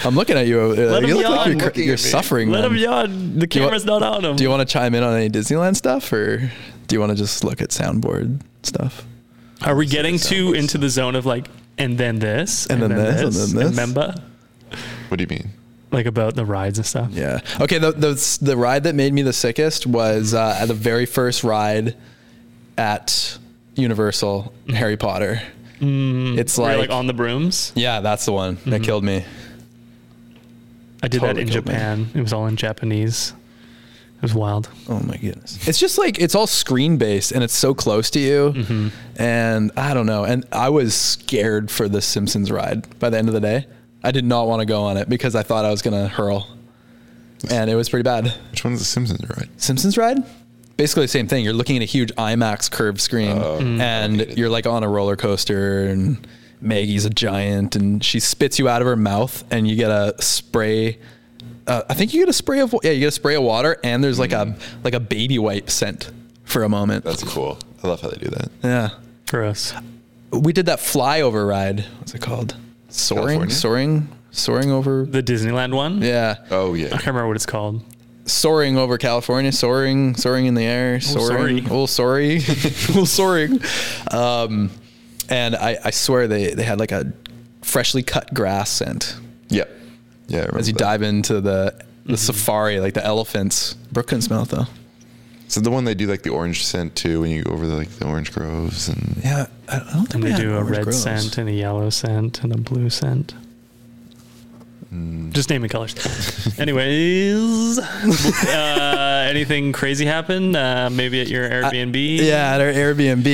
Speaker 4: I'm looking at you. Uh,
Speaker 3: him
Speaker 4: you look
Speaker 3: yawn.
Speaker 4: like
Speaker 3: I'm
Speaker 4: you're, cr-
Speaker 3: looking
Speaker 4: you're suffering.
Speaker 3: Let
Speaker 4: man.
Speaker 3: him yawn. The
Speaker 4: you want-
Speaker 3: camera's not on him.
Speaker 4: Do you want to chime in on any Disneyland stuff, or do you want to just look at soundboard stuff?
Speaker 3: Are we getting too into the zone of like and then this
Speaker 4: And then this, and then this.
Speaker 3: Remember,
Speaker 2: What do you mean?
Speaker 3: like about the rides and stuff.
Speaker 4: Yeah. Okay. The the the ride that made me the sickest was uh, at the very first ride at Universal
Speaker 3: Mm.
Speaker 4: Harry Potter. it's
Speaker 3: Mm-hmm. We're
Speaker 4: like,
Speaker 3: like on the brooms. Mm-hmm.
Speaker 4: yeah, that's the one that killed me.
Speaker 3: I did that
Speaker 4: Totally
Speaker 3: in
Speaker 4: killed me.
Speaker 3: Japan. It was all in Japanese. It was wild.
Speaker 4: Oh my goodness. It's just like it's all screen based and it's so close to you.
Speaker 3: Mm-hmm.
Speaker 4: And I don't know. And I was scared for the Simpsons ride by the end of the day. I did not want to go on it because I thought I was going to hurl. And it was pretty bad.
Speaker 2: Which one's the Simpsons ride?
Speaker 4: Simpsons ride? Basically the same thing. You're looking at a huge IMAX curved screen
Speaker 2: Oh,
Speaker 4: and you're like on a roller coaster and Maggie's a giant and she spits you out of her mouth and you get a spray uh, I think you get a spray of wa- yeah, you get a spray of water and there's like a like a baby wipe scent for a moment.
Speaker 2: Mm. That's cool. I love how they do that.
Speaker 4: yeah.
Speaker 3: Gross.
Speaker 4: We did that flyover ride. What's it called? Soaring
Speaker 2: California?
Speaker 4: soaring soaring over
Speaker 3: The Disneyland one.
Speaker 4: yeah,
Speaker 2: Oh
Speaker 3: I
Speaker 2: yeah.
Speaker 3: can't remember what it's called.
Speaker 4: soaring over California, soaring, soaring in the air, soaring,
Speaker 3: sorry.
Speaker 4: oh sorry, oh soaring. Um, and I, I swear they, they had like a freshly cut grass scent
Speaker 2: Yeah. Yeah. I remember
Speaker 4: as you
Speaker 2: that.
Speaker 4: dive into the
Speaker 3: Mm-hmm.
Speaker 4: the safari, like the elephants. Brooke couldn't smell it though.
Speaker 2: So the one they do like the orange scent too when you go over the, like the orange groves and
Speaker 4: Yeah, I don't think
Speaker 3: And they
Speaker 4: had
Speaker 3: do a
Speaker 4: orange
Speaker 3: red
Speaker 4: groves.
Speaker 3: scent and a yellow scent and a blue scent. Just naming colors. Anyways, uh, anything crazy happen? Uh, maybe at your Airbnb.
Speaker 4: Yeah, at our Airbnb.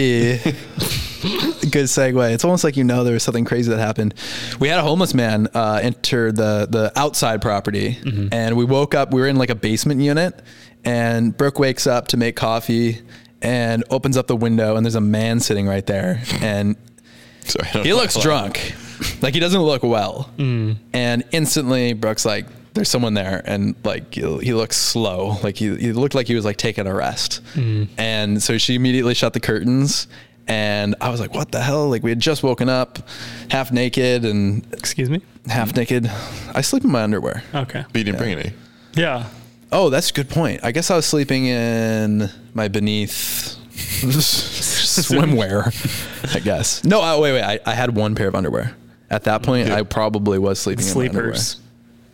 Speaker 4: Good segue. It's almost like you know there was something crazy that happened. We had a homeless man uh, enter the the outside property,
Speaker 2: Mm-hmm.
Speaker 4: and we woke up. We were in like a basement unit, and Brooke wakes up to make coffee and opens up the window, and there's a man sitting right there, and
Speaker 2: sorry. I don't
Speaker 4: he
Speaker 2: know.
Speaker 4: looks drunk, like he doesn't look well.
Speaker 3: Mm.
Speaker 4: And instantly, Brooke's like, "There's someone there," and like he, he looks slow, like he, he looked like he was like taking a rest. And so she immediately shut the curtains, and I was like, "What the hell?" Like we had just woken up, half naked and
Speaker 3: Excuse me.
Speaker 4: half naked. I sleep in my underwear.
Speaker 3: Okay.
Speaker 2: But you didn't bring any.
Speaker 3: Yeah.
Speaker 4: Oh, that's a good point. I guess I was sleeping in my beneath swimwear, I guess. No, I, wait, wait. I, I had one pair of underwear. At that point, I probably was sleeping in my underwear.
Speaker 3: Sleepers. Hmm.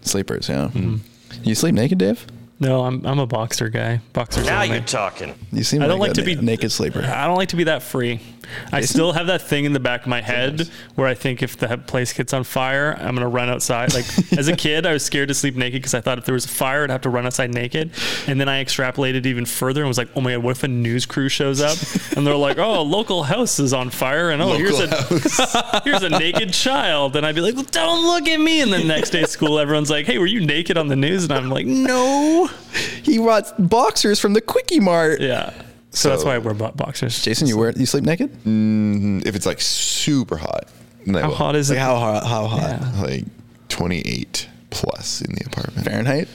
Speaker 4: Sleepers, yeah. You sleep naked, Dave?
Speaker 3: No, I'm I'm a boxer guy. Boxers
Speaker 9: Now
Speaker 3: only.
Speaker 9: you're talking.
Speaker 4: You seem
Speaker 3: I don't
Speaker 4: a
Speaker 3: like to be-
Speaker 4: na- naked sleeper.
Speaker 3: I don't like to be that free. I still have that thing in the back of my head where I think if the he- place gets on fire, I'm gonna run outside. Like as a kid, I was scared to sleep naked because I thought if there was a fire, I'd have to run outside naked. And then I extrapolated even further and was like, oh my god, what if a news crew shows up and they're like, oh, a local house is on fire, and oh, here's a here's a naked child, and I'd be like, well, don't look at me. And the next day, at school, everyone's like, hey, were you naked on the news? And I'm like, no.
Speaker 4: No, he bought boxers from the Quickie Mart.
Speaker 3: Yeah. So, that's why I wear bo- boxers.
Speaker 4: Jason, you wear you sleep naked?
Speaker 2: Mm-hmm. if it's like super hot. then I
Speaker 3: How
Speaker 2: will.
Speaker 3: hot is
Speaker 4: Like
Speaker 3: it?
Speaker 4: how hot? How hot?
Speaker 3: Yeah.
Speaker 2: Like 28 plus in the apartment.
Speaker 4: Fahrenheit?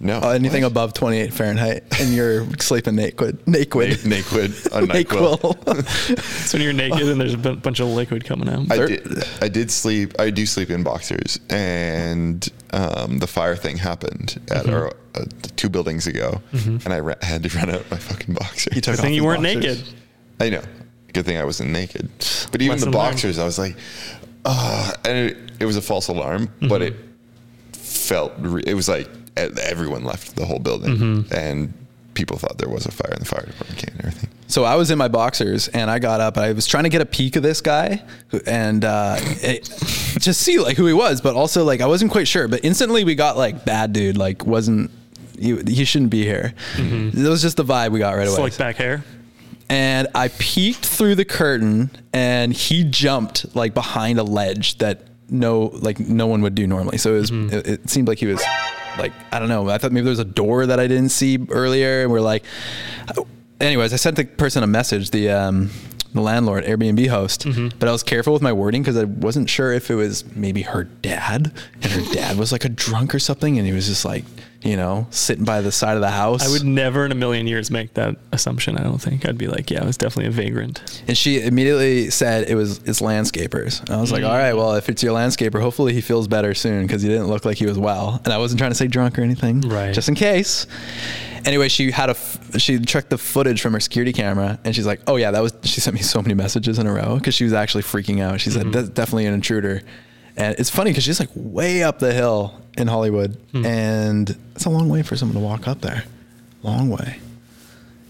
Speaker 2: No.
Speaker 4: Oh, anything
Speaker 2: What?
Speaker 4: above 28 Fahrenheit, and you're sleeping naked. Naked.
Speaker 2: Naked. on NyQuil.
Speaker 3: It's when you're naked and there's a bu- bunch of liquid coming out.
Speaker 2: I did, I did sleep. I do sleep in boxers, and um, the fire thing happened at
Speaker 3: Mm-hmm.
Speaker 2: our uh, two buildings ago, and I ra- had to run out my fucking boxer.
Speaker 4: You took
Speaker 3: Good Mm-hmm. thing
Speaker 4: off
Speaker 3: you
Speaker 4: the
Speaker 3: weren't
Speaker 4: boxers.
Speaker 3: naked.
Speaker 2: I know. Good thing I wasn't naked. But even
Speaker 3: Lesson
Speaker 2: the
Speaker 3: learned.
Speaker 2: boxers, I was like, ah, and it, it was a false alarm, but
Speaker 3: Mm-hmm.
Speaker 2: it felt. Re- it was like e- everyone left the whole building,
Speaker 3: Mm-hmm.
Speaker 2: and people thought there was a fire, and the fire department came and everything.
Speaker 4: So I was in my boxers and I got up. I was trying to get a peek of this guy who- and uh, it, just see like who he was, but also like I wasn't quite sure. But instantly we got like bad dude, like wasn't he, he shouldn't be here. It was just the vibe we got right away.
Speaker 3: Mm-hmm. Slick back hair.
Speaker 4: and I peeked through the curtain and he jumped like behind a ledge that no like no one would do normally. So it was
Speaker 3: Mm-hmm.
Speaker 4: it, it seemed like he was like I don't know. I thought maybe there was a door that I didn't see earlier and we're like uh, anyways, I sent the person a message, the um the landlord, Airbnb host,
Speaker 3: Mm-hmm.
Speaker 4: but I was careful with my wording because I wasn't sure if it was maybe her dad, and her dad was like a drunk or something, and he was just like, you know, sitting by the side of the house.
Speaker 3: I would never in a million years make that assumption. I don't think I'd be like, yeah, I was definitely a vagrant.
Speaker 4: And she immediately said it was it's landscapers. And I was like, all right, well, if it's your landscaper, hopefully he feels better soon because he didn't look like he was well. And I wasn't trying to say drunk or anything,
Speaker 3: Right.
Speaker 4: Just in case. Anyway, she had a f- she checked the footage from her security camera, and she's like, oh yeah, that was. She sent me so many messages in a row because she was actually freaking out. She said that's definitely an intruder. And it's funny because she's like way up the hill in Hollywood, and it's a long way for someone to walk up there. Long way.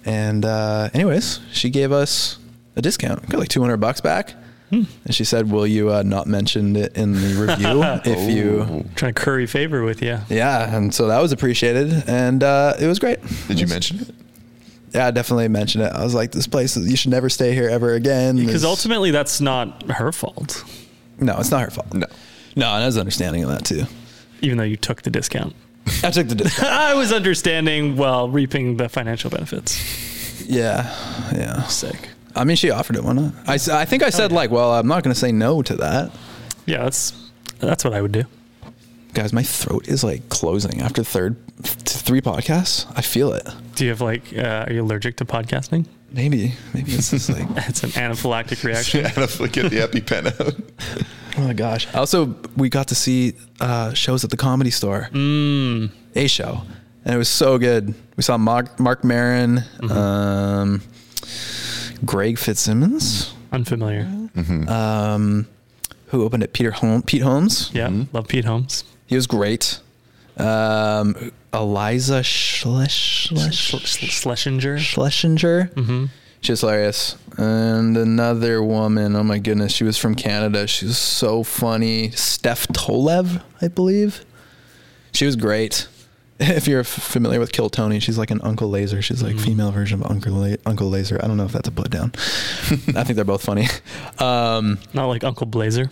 Speaker 4: And uh, anyways, she gave us a discount. Got like 200 bucks back.
Speaker 3: Hmm.
Speaker 4: And she said, "Will you uh, not mention it in the review if you?"
Speaker 3: trying to curry favor with you.
Speaker 4: Yeah, and so that was appreciated, and uh, it was great.
Speaker 2: Did you mention it?
Speaker 4: Yeah, I definitely mentioned it. I was like, "This place, you should never stay here ever again."
Speaker 3: Because
Speaker 4: It's-
Speaker 3: ultimately, that's not her fault,
Speaker 4: no, it's not her fault.
Speaker 2: No.
Speaker 4: no, and I was understanding of that too.
Speaker 3: even though you took the discount.
Speaker 4: I took the discount.
Speaker 3: I was understanding while reaping the financial benefits.
Speaker 4: yeah, yeah.
Speaker 3: Sick.
Speaker 4: I mean, she offered it. Why not? I, s- I think I said like, "Well, I'm not going to say no to that."
Speaker 3: Yeah, that's that's what I would do.
Speaker 4: Guys, my throat is like closing after third, three podcasts. I feel it.
Speaker 3: Do you have like, uh, are you allergic to podcasting?
Speaker 4: Maybe, maybe it's just like
Speaker 3: It's an anaphylactic reaction.
Speaker 2: Yeah, let's get the EpiPen out.
Speaker 4: Oh my gosh! Also, we got to see uh, shows at the Comedy Store. Mm. A show, and it was so good. We saw Mark Mark Maron,
Speaker 3: Mm-hmm.
Speaker 4: um, Greg Fitzsimmons,
Speaker 3: Unfamiliar.
Speaker 4: um, who opened it. Peter Hol- Pete Holmes.
Speaker 3: Yeah, love Pete Holmes.
Speaker 4: He was great. Um, Eliza Schles-
Speaker 3: Schl-
Speaker 4: Schles-
Speaker 3: Schl- Schlesinger.
Speaker 4: Schlesinger. Mm-hmm. She was hilarious. And another woman, oh my goodness, she was from Canada. She was so funny. Steph Tolev, I believe. She was great. If you're f- familiar with Kill Tony, she's like an Uncle Laser. She's
Speaker 3: Mm-hmm.
Speaker 4: like female version of Uncle La- Uncle Laser. I don't know if that's a put down. I think they're both funny. Um,
Speaker 3: Not like Uncle Blazer.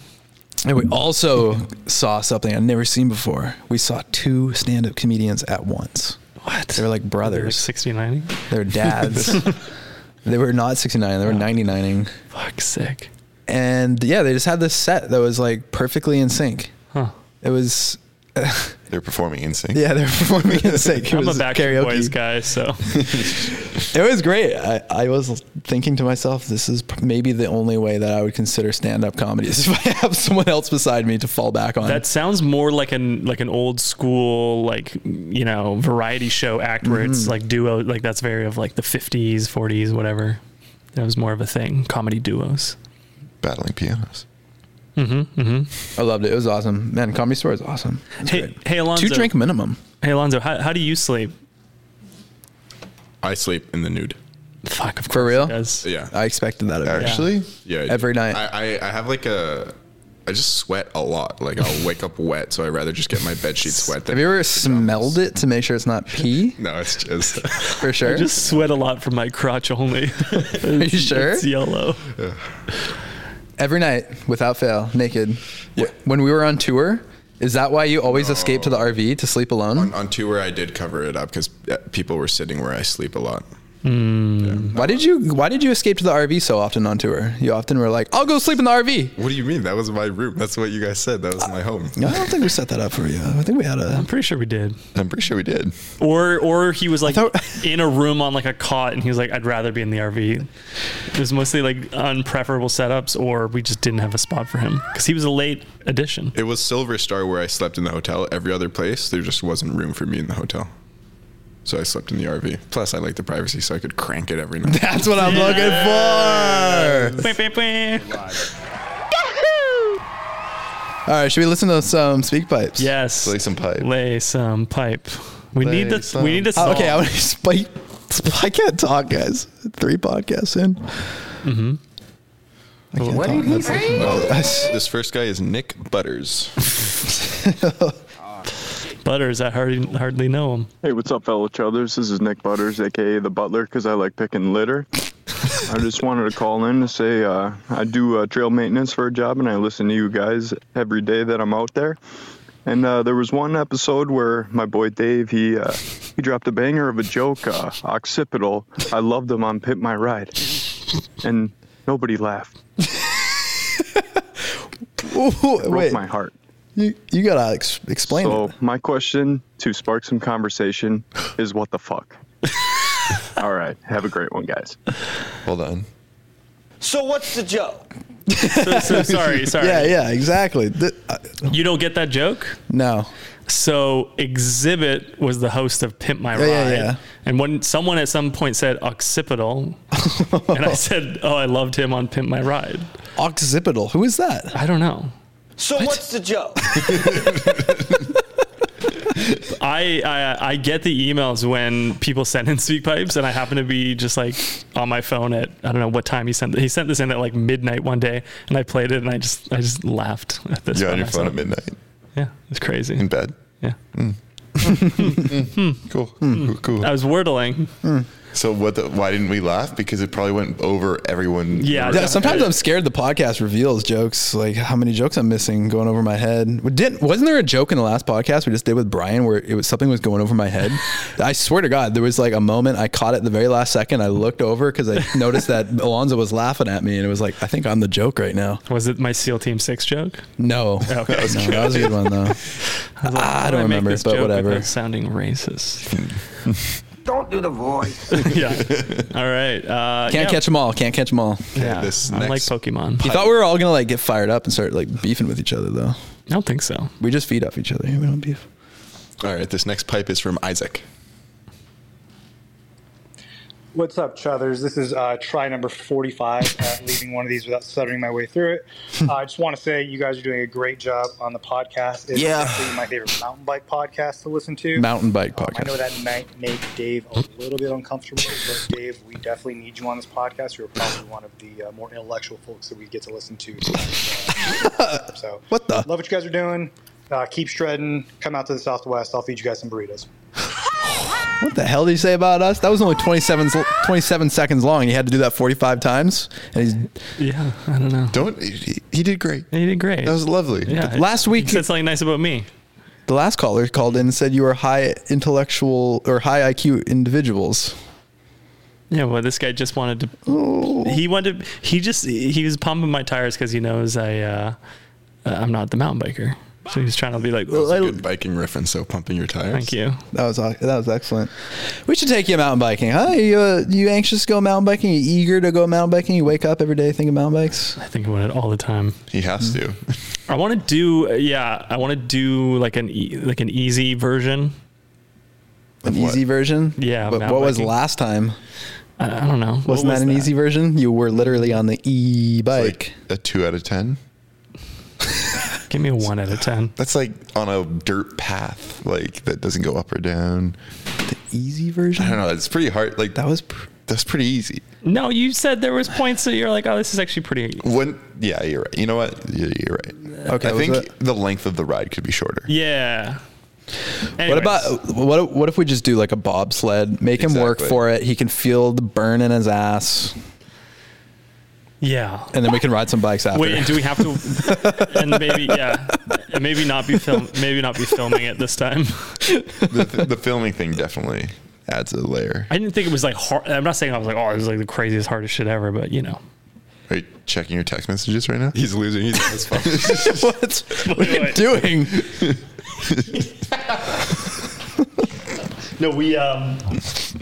Speaker 4: and we also saw something I'd never seen before. We saw two stand-up comedians at once.
Speaker 3: What?
Speaker 4: They were like brothers.
Speaker 3: Like 69
Speaker 4: They were dads. they were not 69, they were 99ing.
Speaker 3: Fuck, sick.
Speaker 4: And yeah, they just had this set that was like perfectly in sync.
Speaker 3: Huh.
Speaker 4: It was,
Speaker 2: They're performing in sync.
Speaker 4: yeah, they were performing in sync. It
Speaker 3: I'm a
Speaker 4: was
Speaker 3: Backstreet
Speaker 4: karaoke.
Speaker 3: Boys guy, so
Speaker 4: It was great. I, I was thinking to myself, this is p- maybe the only way that I would consider stand up comedy is if I have someone else beside me to fall back on.
Speaker 3: that sounds more like an like an old school like you know variety show act where it's
Speaker 4: Mm-hmm.
Speaker 3: like duo like that's very of like the 50s, 40s, whatever. That was more of a thing. Comedy duos.
Speaker 2: Battling pianos.
Speaker 3: Mm-hmm,
Speaker 8: Mm-hmm.
Speaker 4: I loved it. It was awesome. Man, comedy store is awesome. It was
Speaker 3: Hey,
Speaker 4: great.
Speaker 3: hey Alonzo.
Speaker 4: Two drink minimum.
Speaker 3: Hey Alonzo, how, how do you sleep?
Speaker 8: I sleep in the nude.
Speaker 3: Fuck, of course.
Speaker 4: For real?
Speaker 3: he does.
Speaker 8: Yeah.
Speaker 4: I expected that. of you.
Speaker 2: Actually,
Speaker 8: yeah. I do.
Speaker 4: Every night.
Speaker 8: I, I, I have like a. I just sweat a lot. Like I'll wake up wet, so I'd rather just get my bed sheets wet. Than
Speaker 4: Have you ever smelled it to make sure it's not pee?
Speaker 8: No, it's just.
Speaker 4: For sure.
Speaker 3: I just sweat a lot from my crotch only.
Speaker 4: Are you sure?
Speaker 3: it's yellow.
Speaker 4: Every night, without fail, naked. When we were on tour, is that why you always escape to the RV to sleep alone?
Speaker 8: uh, on tour, I did cover it up because people were sitting where I sleep a lot.
Speaker 4: Hmm. Why did you Why did you escape to the RV so often on tour? You often were like, "I'll go sleep in the RV."
Speaker 8: What do you mean? That was my room. That's what you guys said. That was my home.
Speaker 4: No, I don't think we set that up for you. I think we had a.
Speaker 3: I'm pretty sure we did.
Speaker 2: I'm pretty sure we did.
Speaker 3: Or or he was like
Speaker 4: thought-
Speaker 3: in a room on like a cot and he was like, I'd rather be in the RV. It was mostly like unpreferable setups or we just didn't have a spot for him because he was a late addition.
Speaker 8: It was Silver Star where I slept in the hotel. Every other place, there just wasn't room for me in the hotel. So I slept in the RV. Plus, I like the privacy, so I could crank it every night.
Speaker 4: That's what I'm looking for.
Speaker 3: Bwah, bwah, bwah.
Speaker 4: All right, should we listen to some speak pipes?
Speaker 3: Yes.
Speaker 2: Play some pipe.
Speaker 3: Lay some pipe. We
Speaker 2: Lay
Speaker 3: need the
Speaker 2: some-
Speaker 3: we need a
Speaker 4: Oh,
Speaker 3: song.
Speaker 4: okay, I want to spike. I can't talk, guys. Three podcasts in. Mm-hmm. What did he say?
Speaker 2: This first guy is Nick Butters.
Speaker 3: Butters, I hardly hardly know him.
Speaker 9: Hey, what's up, fellow chuthers? This is Nick Butters, aka the Butler, because I like picking litter. I just wanted to call in to say uh, I do uh, trail maintenance for a job, and I listen to you guys every day that I'm out there. And uh, there was one episode where my boy Dave he uh, he dropped a banger of a joke, uh, occipital. I loved him on Pit My Ride, and nobody laughed. Broke
Speaker 4: Wait,
Speaker 9: my heart.
Speaker 4: you, you gotta ex- explain
Speaker 9: So
Speaker 4: it.
Speaker 9: my question to spark some conversation is what the fuck. All right, have a great one, guys.
Speaker 2: Hold on.
Speaker 5: So what's the joke?
Speaker 3: So, so sorry, sorry.
Speaker 4: Yeah, yeah, exactly. Th- uh,
Speaker 3: You don't get that joke?
Speaker 4: no,
Speaker 3: So Exhibit was the host of Pimp My Ride,
Speaker 4: yeah, yeah.
Speaker 3: and when someone at some point said occipital, and I said, "Oh, I loved him on Pimp My Ride."
Speaker 4: occipital. Who is that?
Speaker 3: I don't know.
Speaker 5: So what's the joke?
Speaker 3: I, I I get the emails when people send in speak pipes, and I happen to be just like on my phone at I don't know what time he sent. He sent this in at like midnight one day, and I played it, and I just I just laughed at this.
Speaker 2: You're
Speaker 3: by
Speaker 2: on your phone at
Speaker 3: myself.
Speaker 2: midnight
Speaker 3: Yeah, it's
Speaker 2: in
Speaker 3: crazy.
Speaker 2: bed. Mm,
Speaker 3: Yeah, Mm-hmm.
Speaker 2: Cool.
Speaker 4: Hmm.
Speaker 2: Cool. cool.
Speaker 3: I was Uh, wordling.
Speaker 2: So what? The, why didn't we laugh? Because it probably went over everyone.
Speaker 3: Yeah,
Speaker 4: Yeah, sometimes I'm scared the podcast reveals jokes, like how many jokes I'm missing going over my head. We Didn't wasn't there a joke in the last podcast we just did with Brian where it was something was going over my head? I swear to God, there was like a moment I caught it the very last second. I looked over because I noticed that Alonzo was laughing at me, and it was like I think I'm the joke right now.
Speaker 3: Was it my SEAL Team Six joke?
Speaker 4: No,
Speaker 3: Okay.
Speaker 4: that was, no, that was a good one though.
Speaker 3: was like,
Speaker 4: Ah, I
Speaker 3: how do
Speaker 4: don't
Speaker 3: make
Speaker 4: remember,
Speaker 3: this
Speaker 4: but
Speaker 3: joke
Speaker 4: whatever.
Speaker 3: without Sounding racist.
Speaker 5: Don't do the voice.
Speaker 3: yeah. All right. Uh,
Speaker 4: Can't
Speaker 3: yeah.
Speaker 4: catch them all. Can't catch them all.
Speaker 3: Yeah.
Speaker 8: This
Speaker 3: I like
Speaker 8: next-
Speaker 3: Pokemon.
Speaker 4: You thought we were all gonna like get fired up and start like beefing with each other though.
Speaker 3: I don't think so.
Speaker 4: We just feed off each other. We don't beef.
Speaker 8: All right, this next pipe is from Isaac.
Speaker 10: What's up, Chuthers? This is uh, try number 45, uh, leaving one of these without stuttering my way through it. Uh, I just want to say you guys are doing a great job on the podcast. It's
Speaker 5: Yeah.
Speaker 10: definitely my favorite mountain bike podcast to listen to.
Speaker 4: Mountain bike
Speaker 10: Um, I know
Speaker 4: podcast.
Speaker 10: that might make Dave a little bit uncomfortable, but Dave, we definitely need you on this podcast. You're probably one of the uh, more intellectual folks that we get to listen to. So,
Speaker 4: What the?
Speaker 10: love what you guys are doing. Uh, keep shredding. Come out to the Southwest. I'll feed you guys some burritos.
Speaker 4: What the hell did he say about us? That was only 27, s- 27 seconds long. He had to do that 45 times. And he's,
Speaker 3: Yeah. I don't know.
Speaker 2: Don't. He, he did great.
Speaker 3: You did great.
Speaker 2: That was lovely.
Speaker 3: yeah.
Speaker 4: last
Speaker 3: he
Speaker 4: week,
Speaker 3: said something nice about me.
Speaker 4: the last caller called in and said you were high intellectual or high IQ individuals.
Speaker 3: Yeah. Well, this guy just wanted to.
Speaker 4: Oh.
Speaker 3: He wanted. He just. He was pumping my tires because he knows I. Uh, uh, I'm not the mountain biker. So he's trying to be like,
Speaker 8: That was
Speaker 3: "Well,
Speaker 8: a
Speaker 3: I-
Speaker 8: good biking reference. So pumping your tires.
Speaker 3: thank you.
Speaker 4: That was au- that was excellent. We should take you mountain biking, huh? You uh, you anxious to go mountain biking? You eager to go mountain biking? You wake up every day thinking mountain bikes?
Speaker 3: I think about it all the time.
Speaker 2: He has to.
Speaker 3: I want to do. Yeah. I want to do like an e- like an easy version.
Speaker 4: An
Speaker 2: what?
Speaker 4: easy version?
Speaker 3: Yeah,
Speaker 4: But
Speaker 3: mountain
Speaker 4: what was
Speaker 3: biking.
Speaker 4: last time?
Speaker 3: I, I don't know. What
Speaker 4: Wasn't
Speaker 3: was
Speaker 4: that an easy version? You were literally on the e bike.
Speaker 2: A two out of ten.
Speaker 3: Give me a one out of ten.
Speaker 2: That's like on a dirt path, like that doesn't go up or down.
Speaker 4: easy version?
Speaker 2: I don't know. It's pretty hard. Like
Speaker 4: That was pr-
Speaker 2: that's pretty easy.
Speaker 3: No, you said there was points that you're like, oh, this is actually pretty.
Speaker 2: When yeah, you're right. You know what? Yeah, you're right.
Speaker 8: Uh,
Speaker 4: Okay,
Speaker 2: I
Speaker 4: was
Speaker 2: think
Speaker 4: it-
Speaker 2: the length of the ride could be shorter.
Speaker 3: Yeah.
Speaker 4: What
Speaker 3: Anyways,
Speaker 4: about what? What if we just do like a bobsled? Make him work
Speaker 2: Exactly.
Speaker 4: for it. He can feel the burn in his ass,
Speaker 3: Yeah.
Speaker 4: and then we can ride some bikes after.
Speaker 3: Wait, and do we have to? and maybe yeah, and maybe not be film, maybe not be filming it this time.
Speaker 2: The, the filming thing definitely. adds a layer.
Speaker 3: I didn't think it was like hard. I'm not saying I was like, oh, it was like the craziest, hardest shit ever, but you know.
Speaker 2: Are you checking your text messages right now?
Speaker 8: He's losing. He's on his phone.
Speaker 4: what? What are you
Speaker 3: Wait.
Speaker 4: doing?
Speaker 3: No, we. Um,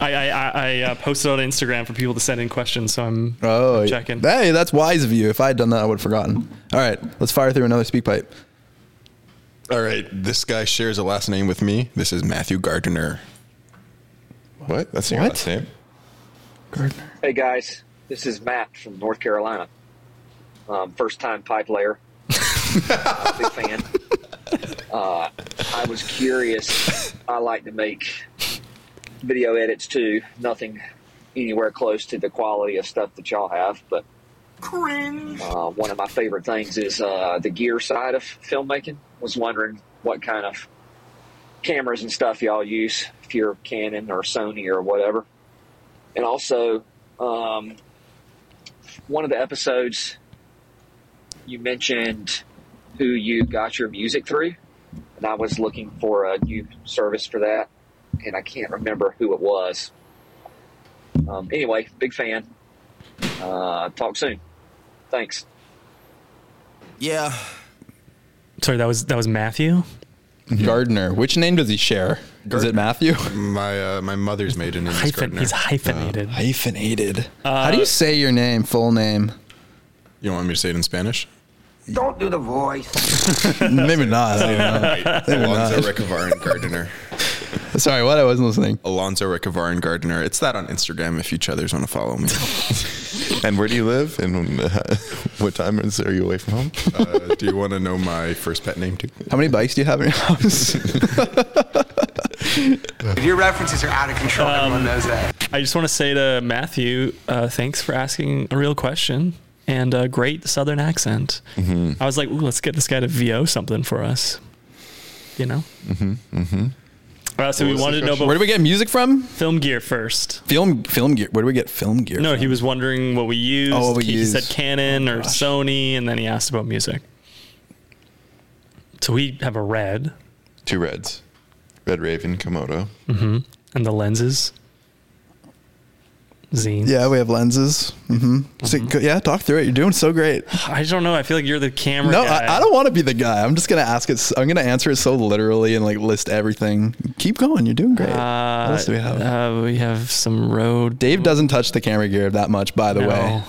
Speaker 3: I I, I, I uh, posted on Instagram for people to send in questions, so I'm
Speaker 4: Oh,
Speaker 3: checking.
Speaker 4: Hey, that's wise of you. If I had done that, I would have forgotten. All right, let's fire through another speak pipe.
Speaker 8: All right, this guy shares a last name with me. This is Matthew Gardner.
Speaker 2: What? That's your
Speaker 4: What?
Speaker 2: last name?
Speaker 11: Hey guys, this is Matt from North Carolina. Um, First time pipe layer. Uh, big fan. Uh, I was curious. I like to make video edits too. Nothing anywhere close to the quality of stuff that y'all have, but uh, one of my favorite things is uh, the gear side of filmmaking. Was wondering what kind of cameras and stuff y'all use, if you're Canon or Sony or whatever. And also, um, one of the episodes you mentioned who you got your music through, and I was looking for a new service for that, and I can't remember who it was. Um, anyway, big fan. Uh, talk soon. Thanks.
Speaker 5: Yeah.
Speaker 3: Sorry, that was that was Matthew.
Speaker 4: Mm-hmm. Gardner. Which name does he share? Is it Matthew?
Speaker 8: My uh, my mother's maiden name is
Speaker 3: Hyphen.
Speaker 8: Gardner.
Speaker 3: He's hyphenated.
Speaker 4: Hyphenated. How
Speaker 3: Uh,
Speaker 4: do you say your name, full name?
Speaker 8: You want me to say it in Spanish?
Speaker 5: Don't do the voice.
Speaker 4: Maybe not. I don't know.
Speaker 8: Alonzo Recavaran Gardner.
Speaker 4: Sorry, what? I wasn't listening.
Speaker 8: Alonzo Recavaran Gardner. It's that on Instagram if you others want to follow me.
Speaker 2: And where do you live? And uh, what time is, are you away from home?
Speaker 8: Uh, do you want to know my first pet name too?
Speaker 4: How many bikes do you have in your house?
Speaker 5: Your references are out of control. Everyone knows that.
Speaker 3: Um, I just want to say to Matthew, uh, thanks for asking a real question and a great Southern accent.
Speaker 4: Mm-hmm.
Speaker 3: I was like, ooh, let's get this guy to VO something for us. You know. Mm-hmm. Mm-hmm. so we wanted to know
Speaker 4: Where
Speaker 3: about
Speaker 4: do we get music from?
Speaker 3: film gear first.
Speaker 4: Film, film gear. Where do we get film gear?
Speaker 3: No,
Speaker 4: from?
Speaker 3: he was wondering what we used.
Speaker 4: Oh, what we
Speaker 3: he
Speaker 4: used. Oh,
Speaker 3: said Canon or Sony, and then he asked about music. So we have a red
Speaker 2: Two reds. Red Raven, Komodo.
Speaker 4: Mm-hmm.
Speaker 3: and the lenses. Zine.
Speaker 4: Yeah, we have lenses. hmm
Speaker 3: Mm-hmm.
Speaker 4: yeah, talk through it. You're doing so great.
Speaker 3: I don't know. I feel like you're the camera
Speaker 4: No,
Speaker 3: guy.
Speaker 4: I, I don't want to be the guy. I'm just gonna ask it. s- I'm gonna answer it so literally and like list everything. Keep going. You're doing great. what else do we have?
Speaker 3: Uh, we have some road.
Speaker 4: Dave doesn't touch the camera gear that much, by the
Speaker 3: no,
Speaker 4: way.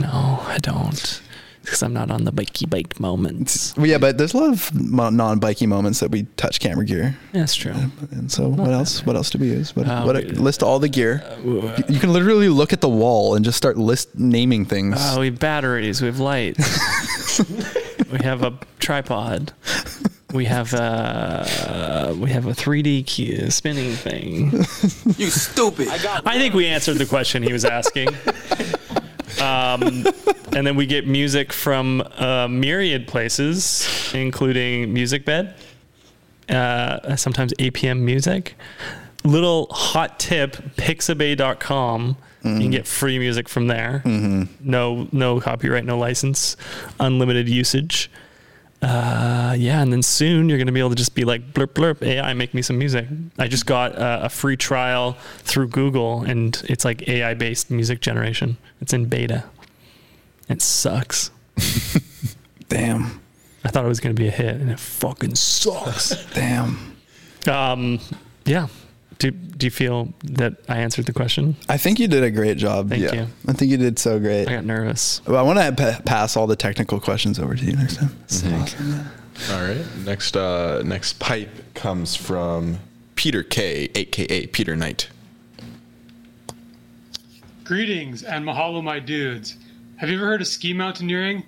Speaker 3: no, I don't, because I'm not on the bikey bike moments.
Speaker 4: Well, yeah, but there's a lot of mo- non-bikey moments that we touch camera gear.
Speaker 3: That's true.
Speaker 4: And so, what else? What else do we use? What,
Speaker 3: Uh,
Speaker 4: what
Speaker 3: we-
Speaker 4: list all the gear?
Speaker 3: Uh,
Speaker 4: you, you can literally look at the wall and just start list naming things.
Speaker 3: Oh, we have batteries. We have lights. we have a tripod. We have a we have a 3D key, spinning thing.
Speaker 5: You stupid. I got
Speaker 3: I think we answered the question he was asking. Um, and then we get music from uh, myriad places, including Music Bed, uh, sometimes APM Music. Little hot tip: Pixabay.com. You can get free music from there.
Speaker 4: Mm-hmm.
Speaker 3: No, no copyright, no license, unlimited usage. Uh, yeah, and then soon you're gonna be able to just be like blurp blurp AI make me some music. I just got uh, a free trial through Google, and it's like AI based music generation. It's in beta. It sucks.
Speaker 4: damn,
Speaker 3: I thought it was gonna be a hit, and it fucking sucks.
Speaker 4: damn.
Speaker 3: um, yeah. Do Do you feel that I answered the question?
Speaker 4: I think you did a great job.
Speaker 3: Thank
Speaker 4: yeah.
Speaker 3: you.
Speaker 4: I think you did so great.
Speaker 3: I got nervous.
Speaker 4: Well, I want to pa- pass all the technical questions over to you next time.
Speaker 2: Mm-hmm.
Speaker 4: Awesome.
Speaker 8: All right. Next uh, next pipe comes from Peter K, aka Peter Knight.
Speaker 12: Greetings and mahalo, my dudes. Have you ever heard of ski mountaineering?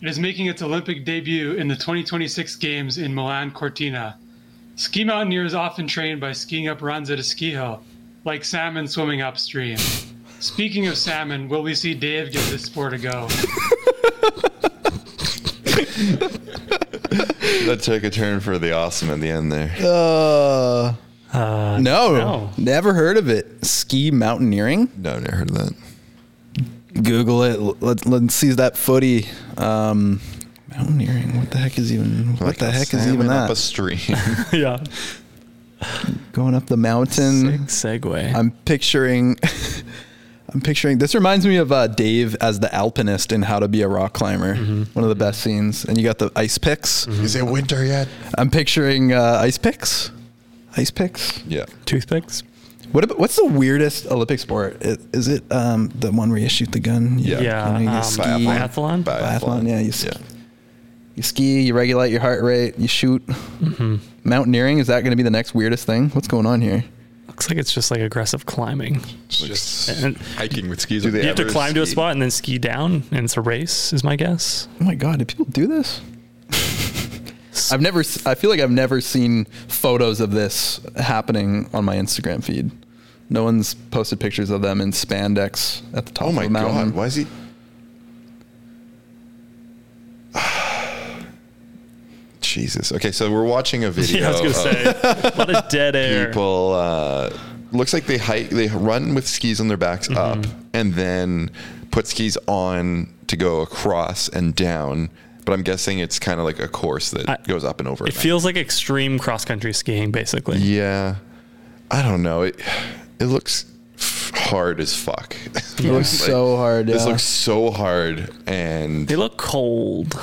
Speaker 12: It is making its Olympic debut in the 2026 Games in Milan Cortina. Ski mountaineers often train by skiing up runs at a ski hill, like salmon swimming upstream. Speaking of salmon, will we see Dave give this sport a go?
Speaker 2: That took a turn for the awesome at the end there.
Speaker 4: Uh, no,
Speaker 3: no.
Speaker 4: never heard of it. Ski mountaineering.
Speaker 2: No, I've never heard of that.
Speaker 4: Google it. L- Let, let's see that footy. Um, mountaineering. What the heck is even? What
Speaker 2: Like
Speaker 4: the
Speaker 2: a
Speaker 4: heck is
Speaker 2: salmon
Speaker 4: even
Speaker 2: Up a
Speaker 4: that?
Speaker 2: stream.
Speaker 3: yeah.
Speaker 4: going up the mountain.
Speaker 3: Segway.
Speaker 4: I'm picturing. I'm picturing. This reminds me of uh, Dave as the alpinist in How to Be a Rock Climber.
Speaker 3: Mm-hmm.
Speaker 4: One of the best scenes. And you got the ice picks.
Speaker 2: Is it winter yet?
Speaker 4: I'm picturing uh, ice picks. Ice picks.
Speaker 2: Yeah.
Speaker 3: Toothpicks.
Speaker 4: What about, what's the weirdest Olympic sport? I- Is it um, the one where you shoot the gun? You-
Speaker 2: Yeah.
Speaker 4: you know, you
Speaker 3: Yeah,
Speaker 4: ski-
Speaker 3: um, biathlon?
Speaker 4: Biathlon, yeah. You, s- you ski, you regulate your heart rate, you shoot. Mountaineering, is that going to be the next weirdest thing? What's going on here?
Speaker 3: Looks like it's just like aggressive climbing.
Speaker 8: just
Speaker 3: And-
Speaker 8: hiking with skis.
Speaker 2: Do
Speaker 8: on.
Speaker 2: they
Speaker 3: you have to
Speaker 2: ever
Speaker 3: climb to a
Speaker 2: ski?
Speaker 3: spot and then ski down, and it's a race, is my guess.
Speaker 4: Oh my God, do people do this? I've never, s- I feel like I've never seen photos of this happening on my Instagram feed. No one's posted pictures of them in spandex at the top
Speaker 2: Oh
Speaker 4: of
Speaker 2: my
Speaker 4: the mountain.
Speaker 2: god! Why is he? Jesus. Okay, so we're watching a video.
Speaker 3: Yeah, I was gonna say
Speaker 2: of
Speaker 3: a lot of dead air.
Speaker 2: people. Uh, looks like they hike. They run with skis on their backs
Speaker 3: Mm-hmm.
Speaker 2: up, and then put skis on to go across and down. But I'm guessing it's kind of like a course that
Speaker 3: I-
Speaker 2: goes up and over.
Speaker 3: It feels like extreme cross country skiing, basically.
Speaker 2: Yeah, I don't know. It it looks f- hard as fuck.
Speaker 4: It looks
Speaker 2: Like,
Speaker 4: so hard.
Speaker 2: This
Speaker 4: yeah.
Speaker 2: looks so hard, and
Speaker 3: They look cold.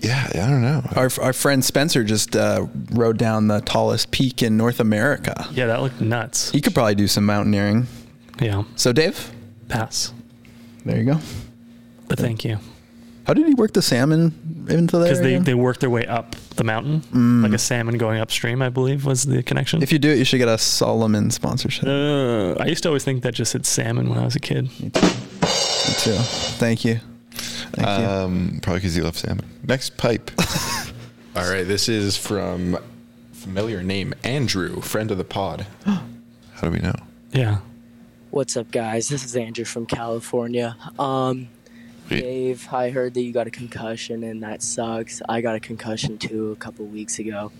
Speaker 2: yeah, I don't know.
Speaker 4: Our, our friend Spencer just uh, rode down the tallest peak in North America.
Speaker 3: Yeah, that looked nuts.
Speaker 4: He could probably do some mountaineering.
Speaker 3: Yeah,
Speaker 4: So, Dave,
Speaker 3: pass.
Speaker 4: there you go.
Speaker 3: But thank you.
Speaker 4: How did he work the salmon into there?
Speaker 3: Because they,
Speaker 4: again? Mm.
Speaker 3: they work their way up the mountain, like a salmon going upstream, I believe, was the connection.
Speaker 4: if you do it, you should get a Solomon sponsorship.
Speaker 3: Uh, I used to always think that just said salmon when I was a kid.
Speaker 4: Me too. Thank you. Thank
Speaker 2: Um, probably because he loves salmon. Next pipe.
Speaker 8: All right, this is from familiar name Andrew, friend of the pod.
Speaker 2: How do we know?
Speaker 3: Yeah.
Speaker 13: What's up, guys? This is Andrew from California. Um,
Speaker 2: Hey.
Speaker 13: Dave, I heard that you got a concussion, and that sucks. I got a concussion too a couple weeks ago.